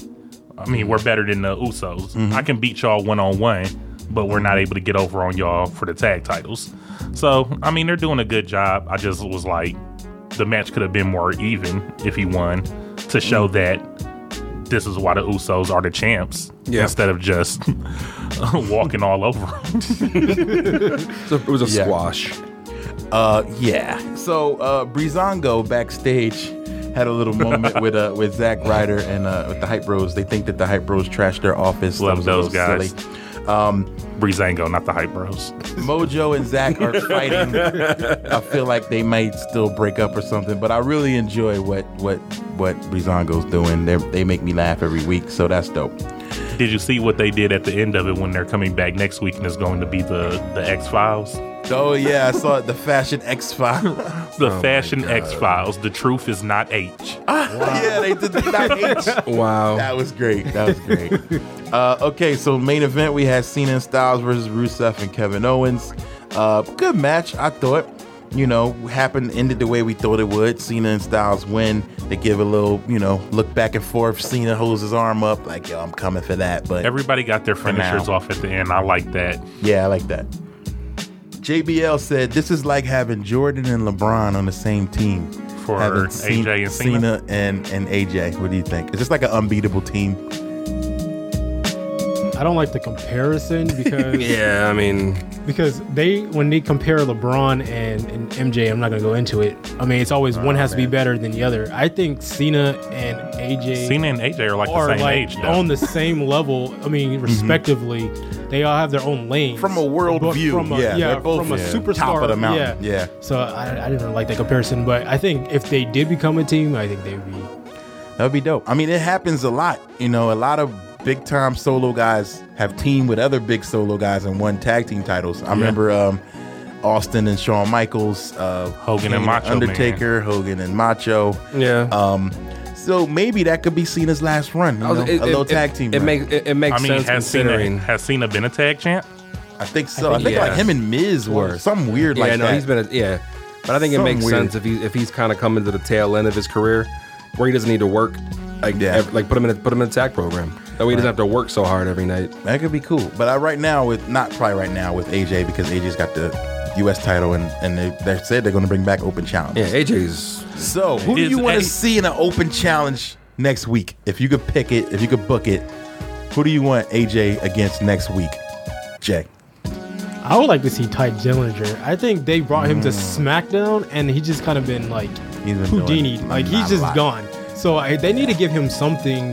I mean, we're better than the Usos. I can beat y'all one on one, but we're not able to get over on y'all for the tag titles. So, I mean, they're doing a good job. I just was like, the match could have been more even if he won to show that this is why the Usos are the champs
Yeah.
instead of just walking all over 'em.
So it was a
Yeah.
squash.
Uh, yeah. So uh, Brizongo backstage had a little moment with uh with Zack Ryder and uh, with the Hype Bros. They think that the Hype Bros trashed their office. That
Love
was a
those
little
guys.
silly. Um,
Breezango, not the hype bros.
Mojo and Zach are fighting. I feel like they might still break up or something, but I really enjoy what what what Brizongo's doing. They they make me laugh every week, so that's dope.
Did you see what they did at the end of it when they're coming back next week and it's going to be the the X Files?
Oh yeah, I saw it, the Fashion X Files.
The
Oh
fashion X Files. The truth is not H.
Ah, yeah, they did the H.
Wow.
That was great. That was great. uh, okay, so main event we had Cena and Styles versus Rusev and Kevin Owens. Uh, good match, I thought. You know, happened ended the way we thought it would. Cena and Styles win. They give a little, you know, look back and forth. Cena holds his arm up, like yo, I'm coming for that. But
Everybody got their
now.
finishers off at the end. I like that.
yeah, I like that. JBL said, "This is like having Jordan and LeBron on the same team."
For
Having
AJ and Cena?
and and AJ. What do you think? Is this like an unbeatable team?
I don't like the comparison because
Yeah, I mean,
because they when they compare LeBron and, and MJ, I'm not gonna go into it. I mean, it's always
Oh,
one has to be better than the other. I think Cena and AJ
Cena and AJ are like
are
the same
like
age. Though. Mm-hmm.
on the same level. I mean, respectively, they all have their own lanes
From a world
But
view,
From a,
yeah,
yeah,
they're both
from a
yeah,
superstar,
top of the mountain,
Yeah,
yeah.
So I, I didn't really like that comparison, but I think if they did become a team, I think they'd be.
That'd be dope. I mean, it happens a lot. You know, a lot of big time solo guys have teamed with other big solo guys and won tag team titles. I remember um, Austin and Shawn Michaels, uh,
Hogan and
Kane
Macho Man.
Undertaker, Hogan and Macho.
yeah.
Um, so maybe that could be seen as last run. You
I was-
know?
it-
a
it-
little
it-
tag team.
It
run.
makes it, it makes
I mean,
sense
has Cena
considering.
has Cena been a tag champ?
I think so. I think,
yeah.
like him and Miz were something weird like
yeah, no,
that.
he's been a, yeah, but I think it
Something
makes
weird.
sense if he if he's kind of coming to the tail end of his career where he doesn't need to work. Like
Yeah.
ev- like put him in a, put him in a tag program. That way he doesn't have to work so hard every night.
That could be cool. But I, right now, with not probably right now with AJ because AJ's got the U.S. title and and they, they said they're going to bring back open challenge.
Yeah, AJ's
So, who do
Is
you want
a-
to see in an open challenge next week? If you could pick it, if you could book it, who do you want AJ against next week? Jay.
I would like to see Ty Dillinger. I think they brought him to SmackDown, and he just kind of been like
Mm. He's been
Houdini.
doing
Like
not
he's
a
just
lot.
gone. So I, they need to give him something.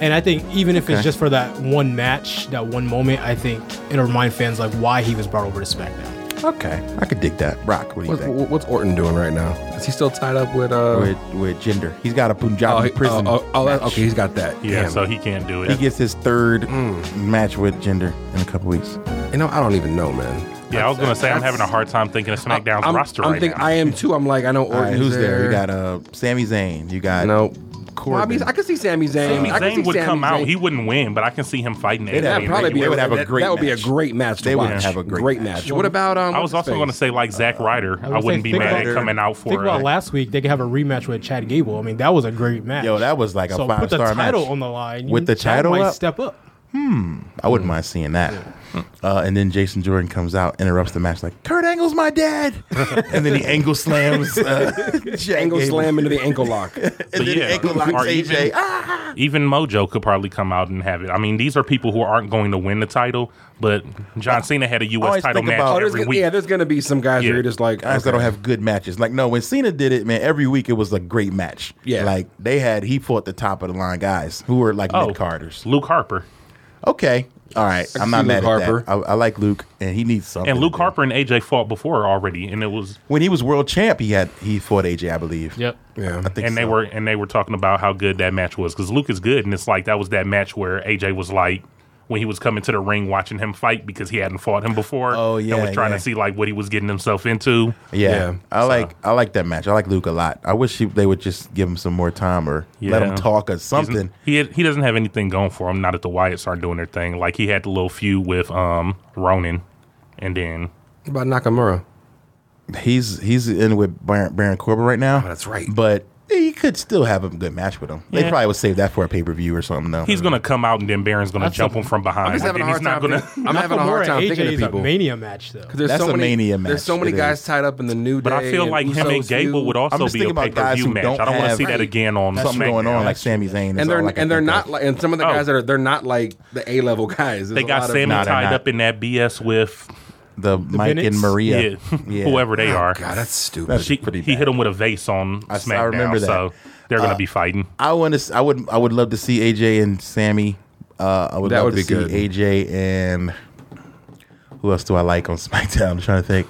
And I think even if
Okay.
it's just for that one match, that one moment, I think it'll remind fans like why he was brought over to SmackDown.
Okay, I could dig that. Rock, what do you
What's,
think?
what's Orton doing right now? Is he still tied up with uh?
with with gender, he's got a Punjabi
oh, he-
prison.
oh, oh, oh, that-
match.
okay, he's got that.
Yeah,
Damn. Mm.
so he can't do
He
it.
gets his third match with gender in a couple weeks.
you know, I don't even know, man.
Yeah, I was gonna say I'm having a hard time thinking of SmackDown's
I'm,
roster
I'm
right
think-
now.
I am too. I'm like, I know
All
Orton.
right, who's there? You got uh, Sami Zayn. You got
no.
Corbin.
Well, I mean, I could see Sami Zayn.
Sami
I could
Zayn
see
would
Sami
come out.
Zayn.
He wouldn't win, but I can see him fighting it.
have
I mean,
probably
they
be-
would.
they would have a
that-
great
That would be a
match.
great match. To
They would
watch.
have a great match.
What about um? Uh,
I was also going to say like Zack Ryder. I,
would say
wouldn't be
think
mad at
about-
coming out
Think
for uh,
about
it.
last week; they could have a rematch with Chad Gable. I mean, that was a great match.
Yo, that was like a
so
five
put the
star match.
title on the line.
With the
Chad
title
might
up?
step up.
hmm.
I wouldn't
Mm.
mind seeing that. Uh, and then Jason Jordan comes out, interrupts the match like Kurt Angle's my dad, and then he angle slams uh, Jack
angle
Gable.
slam into the ankle lock?
So,
and then
yeah.
ankle locks
Or
AJ.
even-
Ah!
Even Mojo could probably come out and have it. I mean, these are people who aren't going to win the title, but John Cena had a U.S.
always
title
think
match
about-
Oh, there's
every
gonna,
week.
yeah, there's gonna be some guys
Yeah.
who are just like
Guys that don't have good matches. Like no, when Cena did it, man, every week it was a great match.
Yeah.
like they had he fought the top of the line guys who were like mid carders.
Oh, Luke Harper.
Okay, all right,
I can
I'm not
see
mad
Luke
at
Harper.
that. I, I like Luke, and he needs something.
And Luke
to do.
Harper and AJ fought before already, and it was
when he was world champ, he had he fought AJ, I believe.
Yep.
yeah.
I think
and they
so.
were and they were talking about how good that match was because Luke is good, and it's like that was that match where AJ was like when he was coming to the ring watching him fight because he hadn't fought him before.
Oh, yeah,
and was trying
yeah.
to see like what he was getting himself into.
Yeah,
Yeah,
I like I like that match. I like Luke a lot. I wish he, they would just give him some more time or let him
Yeah.
talk or
He's-
something.
He had, he doesn't have anything going for him. Not that the Wyatts aren't doing their thing. Like he had the little feud with um Ronan, and then
What about Nakamura?
He's he's in with Baron, Baron Corbin right now.
Oh, that's right.
But he could still have a good match with him. They
Yeah.
probably would save that for a pay per view or something though.
he's gonna come out, and then Baron's gonna jump him from behind.
I'm just
Like,
having a
then
hard
he's not
time.
gonna.
thinking- I'm having a hard
Nakamura
time
AJ
thinking of
is a
people.
mania match, though.
There's
That's
so
a
many,
mania match.
There's so many
It
guys
is.
tied up in the new day.
But I feel like
and
him and
Usos
Gable
feud.
would also
I'm just
be
thinking
a pay
about guys
per view
who
match.
don't
I don't want to
have
see that again on
something
SmackDown.
going on like Sami Zayn. That's
and they're
all I can
and they're
think
not
of.
like and some of the
Oh.
guys that are they're not like the A level guys. There's
They
a
got
lot of-
Sammy
Nah, they're
tied
not.
up in that BS with
the, Mike
Bennett's?
and Maria.
yeah, whoever they are.
Oh, God, that's stupid.
That's
She,
pretty
he
bad.
hit him with a vase on
I s- I
SmackDown,
remember that. Uh,
so they're gonna be fighting.
I want to. I would. I would love to see AJ and Sammy. Uh, I would
That
love
would
to
be
see
good.
AJ and who else do I like on SmackDown? I'm trying to think.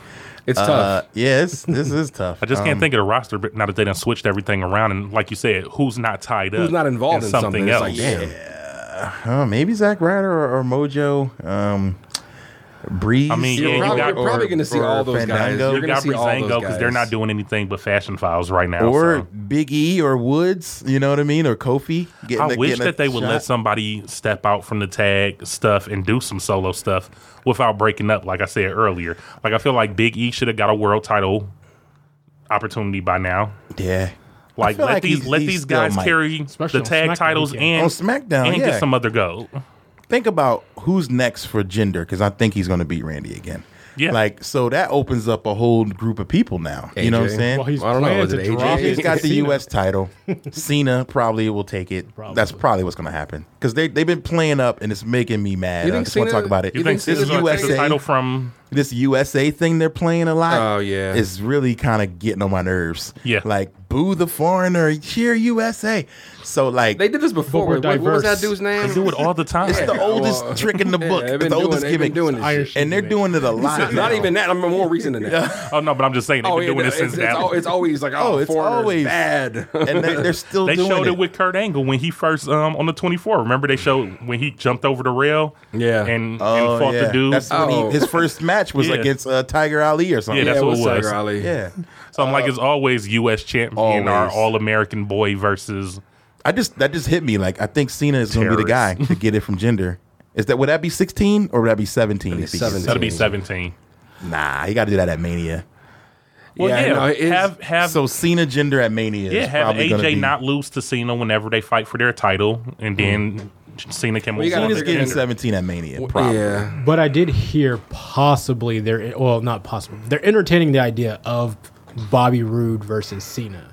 it's
Uh,
tough.
yeah, it's, this is tough.
I
Um,
just can't think of the roster, but now that they done switched everything around, and like you said, who's not tied up?
Who's not involved in something? It's like, damn.
Uh, maybe Zack Ryder or, or Mojo. Um, Breeze.
I mean,
or-
yeah, you
probably,
got-
you're probably going to see
or
all those guys.
Fandango.
You
You're going to
got
see all those
Brizango
guys
because they're not doing anything but fashion files right now.
or
so.
Big E or Woods. You know what I mean? Or Kofi. Getting
I
a-
wish
getting a
that they would let
shot.
somebody step out from the tag stuff and do some solo stuff without breaking up. Like I said earlier, like I feel like Big E should have got a world title opportunity by now.
Yeah.
Like
feel
let
like
these
he's-
let
he's
these
still
guys
might.
carry
Especially
the
on
tag
SmackDown
titles
weekend.
and
On SmackDown,
and
yeah.
get some other gold.
think about who's next for gender because I think he's going to beat Randy again.
Yeah.
Like, so that opens up a whole group of people now. You know what I'm
AJ.
saying?
Well, he's
I don't know,
planned
is it
to
AJ?
drop
He's
it.
got the
Cena.
U.S. title. Cena probably will take it. That's probably what's going to happen because they they've been playing up and it's making me mad.
You
I
think
just want to
Cena-
talk about it.
You think
this
Cena's gonna take the
USA
title from
this USA thing they're playing a lot?
Oh, yeah.
is really kind of getting on my nerves.
Yeah.
like boo the foreigner, cheer USA. So like
They did this before.
we're
What, what was
diverse.
that dude's name? Oh.
They do it all the time.
it's the oldest trick in the
Yeah,
book.
they've
it's
been
the
doing-
oldest
they've been
gimmick,
doing this
Iron
shit.
and they're doing it a lot.
Not,
now.
not even that. I'm more recent than that.
oh no, but I'm just saying they've been
yeah,
doing
no,
it since
it's, it's,
that.
al- it's always like oh,
Oh, it's
foreigners
always-
bad.
and they, they're still
They
doing
showed it. with Kurt Angle when he first um on the 24. Remember they showed when he jumped over the rail,
Yeah.
and,
Oh,
and fought
yeah.
the dude.
That's when
Oh.
he, his first match was
Yeah.
against uh, Tiger Ali or something.
Yeah, that's
yeah,
what it
what's up,
was.
Raleigh?
Yeah.
so I'm like,
Uh,
it's always U.S. champion or
always.
All American boy versus.
I just that just hit me. Like I think Cena is going to be the guy to get it from gender. Is that would that be sixteen or would that be seventeen? if he gets
17.
That'll be 17.
it? Nah, he got to do that at Mania.
Well,
Yeah,
yeah,
no, it is-
have have
so Cena gender at Mania.
yeah
is
have
probably gonna
AJ
be, Mm.
not lose to Cena whenever they fight for their title, and then Cena can
you
move
gotta
on.
Cena's
to
figure
getting
Jinder.
seventeen at Mania. Probably.
Yeah.
But I did hear possibly they're well, not possible. They're entertaining the idea of Bobby Roode versus Cena.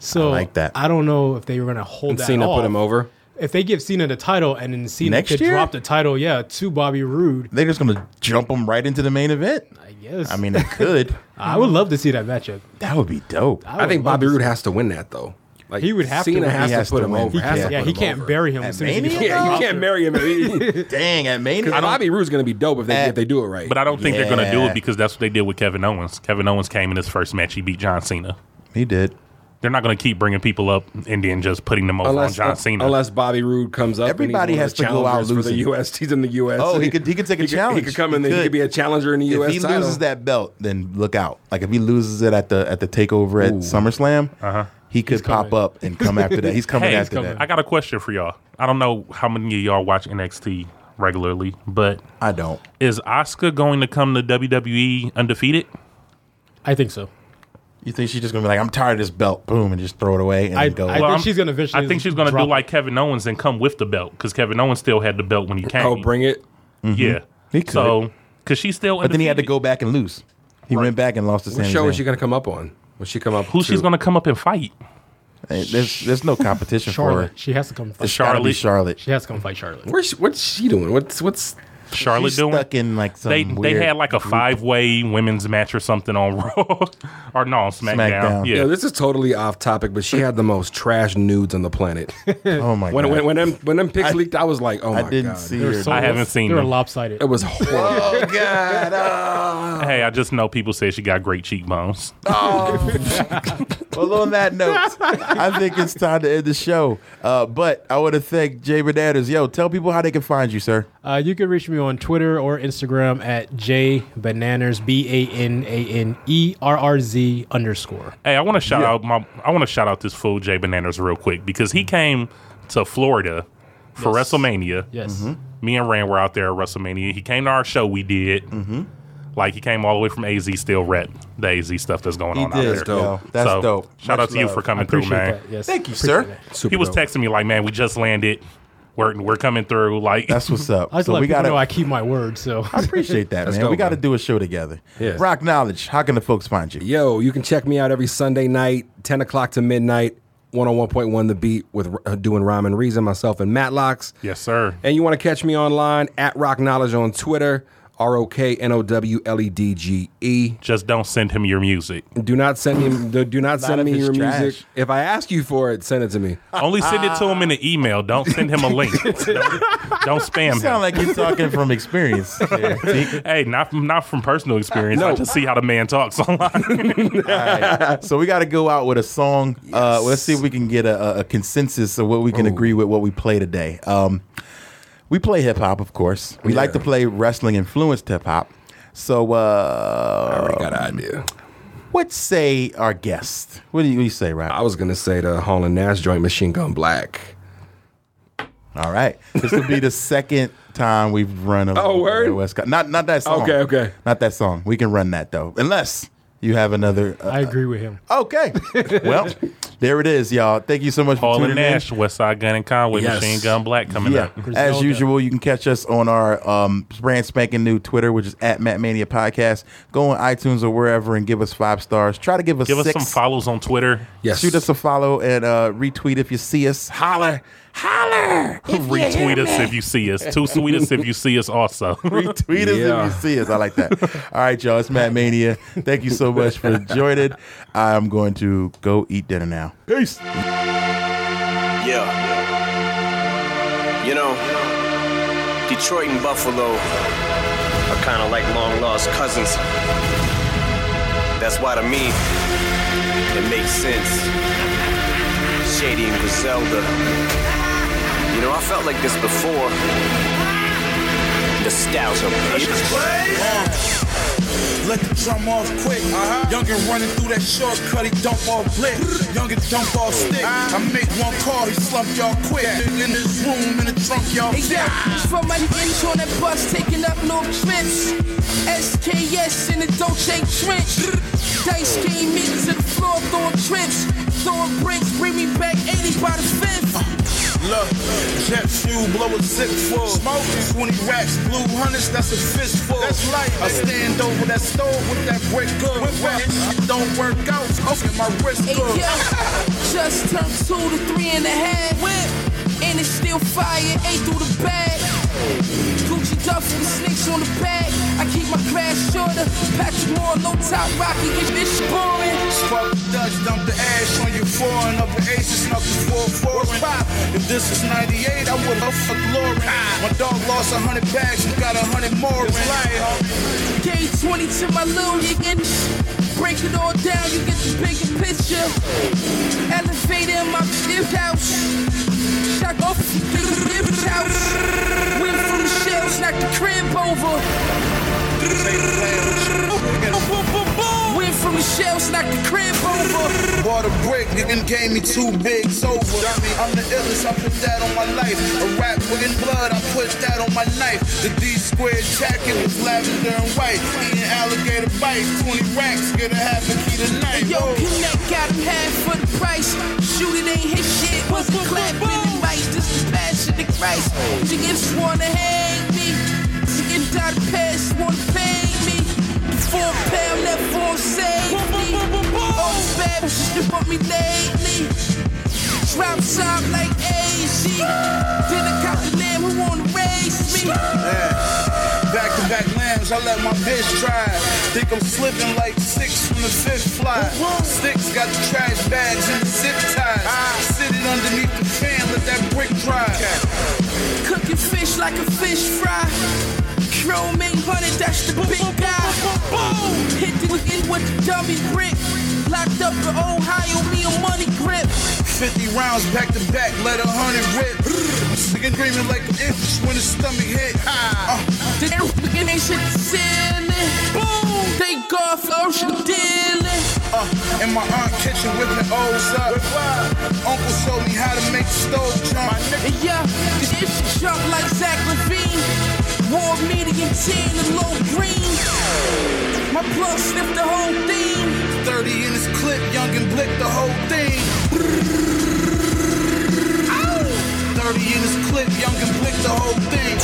So
I like that.
I don't know if they were going to hold
And
that
Cena put
off.
him over.
If they give Cena the title and then Cena
Next
could
year?
drop the title, yeah, to Bobby Roode.
They're just going to jump him right into the main event.
I guess.
I mean, they could.
I would love to see that matchup.
that would be dope.
I, think
would love
Bobby
to
Roode has to win that though. Like
He would have to-
Cena
He
has,
has
to put
to
him
win.
over.
He
Has to
can't- yeah,
put
he
him
can't
over.
bury him
At
as soon as he
Mania?
gets-
Yeah, you can't marry him.
Dang, at Mania,
Because
I don't-
Bobby Roode's gonna be dope if they if they do it right.
But I don't think they're going to do
Yeah.
it because that's what they did with Kevin Owens. Kevin Owens came in his first match. He beat John Cena.
he did.
They're not going to keep bringing people up and then just putting them over on John Cena.
unless Bobby Roode comes up.
Everybody
and
has
he's
to
one of
go
the
out
challengers for the
losing.
U.S. He's in the U.S.
Oh, he could- he could take a challenge.
He could come in.
He
there. He
could.
could be a challenger in the
If
U.S.
he
title.
loses that belt, then look out. Like if he loses it at the at the takeover at SummerSlam, he could pop up and come after that. He's coming
Uh-huh. Hey,
after that.
I got a question for y'all. I don't know how many of y'all watch NXT regularly, but
I don't.
is Oscar going to come to WWE undefeated?
I think so.
You think she's just gonna be like, I'm tired of this belt, boom, and just throw it away and
I-
then go.
I- think she's gonna eventually
I think she's going to do
drop it.
like Kevin Owens and come with the belt because Kevin Owens still had the belt when he came. Mm-hmm.
Oh, bring it.
Yeah.
He could.
So, because she's still.
but then he had to
undefeated.
go back and lose. He went back and lost to
What
Sami
show
Zayn.
is she gonna come up on? Will she come up?
Who she's going to come up and fight?
Hey, there's there's no competition for her.
Charlotte. She has to come fight.
It's gotta be Charlotte.
She has to come fight Charlotte.
Where's what's she doing? What's what's
Charlotte
She's
doing?
stuck in like some
they
weird.
they had like a five way women's match or something on Raw or no on SmackDown.
SmackDown.
Yeah.
Yeah, this is totally off topic, but she had the most trash nudes on the planet.
oh my
when,
god.
when when them when them pics leaked, I was like, oh my
I didn't
god,
see
They were
her.
so-
I haven't seen
They were
them.
lopsided.
it was horrible.
oh god. oh.
hey, I just know people say she got great cheekbones.
Oh.
Well, on that note, I think it's time to end the show. Uh, but I want to thank Jay Bernarders. Yo, tell people how they can find you, sir.
Uh, you can reach me on Twitter or Instagram at jbananers, B A N A N E R R Z underscore.
Hey, I want to shout out my I want to shout out this fool Jay Bananas real quick because he came to Florida for WrestleMania. Mm-hmm.
Yes.
Me and Rand were out there at WrestleMania. He came to our show. We did. Mm-hmm. Like he came all the way from AZ, still rep the AZ stuff that's going
He
on out
did.
there.
That's dope. That's
So,
dope.
Shout
Much
out to you
love.
for
I
coming through,
appreciate
man.
that. Yes.
Thank you,
Appreciate
sir.
that.
Super
he was
dope.
texting me like, "Man, we just landed. We're we're coming through." Like,
That's what's up.
I just
So
let
we
people
gotta-
know I keep my word. So
I appreciate that,
Let's
man.
go,
we got to
man.
do a show together.
Yes.
Rock knowledge. How can the folks find you?
Yo, you can check me out every Sunday night, 10 o'clock to midnight, 101.1 The Beat with uh, doing Rhyme and Reason, myself and Matlocks.
yes, sir.
And you want to catch me online at Rock Knowledge on Twitter, R O K N O W L E D G E.
Just don't send him your music.
Do not send me do- do not send
if
me
it's
your
trash.
music. If I ask you for it, send it to me.
Only send it to him in an email. Don't send him a link. don't, don't spam
You sound
him.
like you're talking from experience. Zeke.
hey, not from not from personal experience. I just see how the man talks online.
All right. So we got to go out with a song. Uh, let's see if we can get a, a- a consensus of what we can agree with what we play today. Um, we play hip hop, of course. We like to play wrestling influenced hip hop. So uh,
got an idea.
what say our guest? What do you, what do you say, Rob?
I was gonna say the Hall and Nash joint Machine Gun Black.
All right. This will be the second time we've run a
Oh, word?
West Coast. Not not that song.
Okay, okay.
Not that song. We can run that though. Unless you have another uh,
I agree with him.
Okay. well, there it is, y'all. Thank you so much
Paul
for
and
tuning
Nash,
in.
Westside Gun and Conway,
Yes.
Machine Gun Black coming
Yeah,
up.
as
Griselda.
usual, you can catch us on our um, brand spanking new Twitter, which is at Matt Mania Podcast. Go on iTunes or wherever and give us five stars. Try to give us
Give
six.
us some follows on Twitter.
Yes.
Shoot us a follow and uh, retweet if you see us. Holler, holler.
Retweet us if you see us. Too sweet us if you see us. Also,
Retweet us
Yeah.
if you see us. I like that. All right, y'all. It's Matt Mania. Thank you so much for joining. I'm going to go eat dinner now. Peace.
Yeah. You know, Detroit and Buffalo are kind of like long lost cousins. That's why to me, it makes sense. Shady and Griselda. You know, I felt like this before. Nostalgia.
Let the drum off quick. Youngin running through that shortcut, he dump off blick. Youngin dump off stick. I make one call, he slump y'all quick. In this room, in the trunk, y'all sick.
From my bench on that bus, taking up no trips. SKS in the Dolce Trench. Dice game, me to the floor, throwing trips. Throwing bricks, bring me back 80 by the fifth.
Look, jet fuel, blow a zip full. Smoke 20 racks, blue hundreds, that's a fistful. That's light. I stand over that stove with that brick good. When it don't work out, open my wrist
Hey,
good.
yo, just turned two to three and a half. And it's still fire, ain't through the bag. Gucci duff with snakes on the back. I keep my grass shorter, Patrick
more low top rocky, get this shit boring.
Spark the Dutch, dump the ash on your foreign. Up the aces, snuck the four foreign. Pop. If this is 98, I would have fucked Lauren. My dog lost 100 bags, you got 100 more in.
Gave 20 to my little nigga. Break it all down, you get the bigger picture. Elevator in my fifth house. Shock off the fifth house. Went from the shells, knocked the crib over. Went from the shells, knocked the crib over.
Bought a brick, nigga gave me two bigs over. I'm the illest, I put that on my life. A rap in blood, I put that on my knife. The D squared jacket was lavender and white. Eating alligator bites, 20 racks, get a half a key tonight.
Yo, connect, got him half for the price. Shoot it ain't his shit, wasn't clapping the mic. This is passion to Christ. Chicken sworn to hang me. Chicken dot pass, sworn to pay me. Four pound, that four save me. All this bad shit for me lately. Drop top like AZ. Then I cop the name who wanna raise me.
Back to back lambs, I let my bitch try. Think I'm slipping like six from the fifth fly. Sticks got the trash bags and the zip ties. Sitting underneath the fan, let that brick dry.
Cooking fish like a fish fry. Chrome 800, that's the big guy. Hit the in with the dummy brick. Locked up the Ohio, me a money grip.
50 rounds back to back, let a hundred rip. Sticking dreaming like an inch when the stomach hit. Ah.
The air begin ain't shit to ceiling. Boom! Thank God for ocean dealing.
Uh, in my aunt kitchen whipping O's up. Uncle showed me how to make the stove jump.
And yeah, this shit jump like Zach Levine. War medium team and low green. My plug sniffed the whole thing.
30 in his clip, young and blick the whole thing. 30 in his clip, young and blick the whole thing.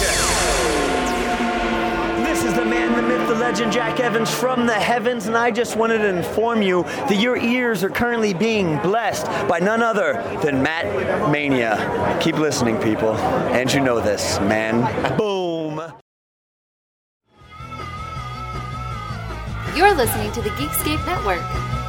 This is the man, the myth, the legend, Jack Evans from the heavens, and I just wanted to inform you that your ears are currently being blessed by none other than Matt Mania. Keep listening, people, and you know this, man. Boom.
You're listening to the Geekscape Network.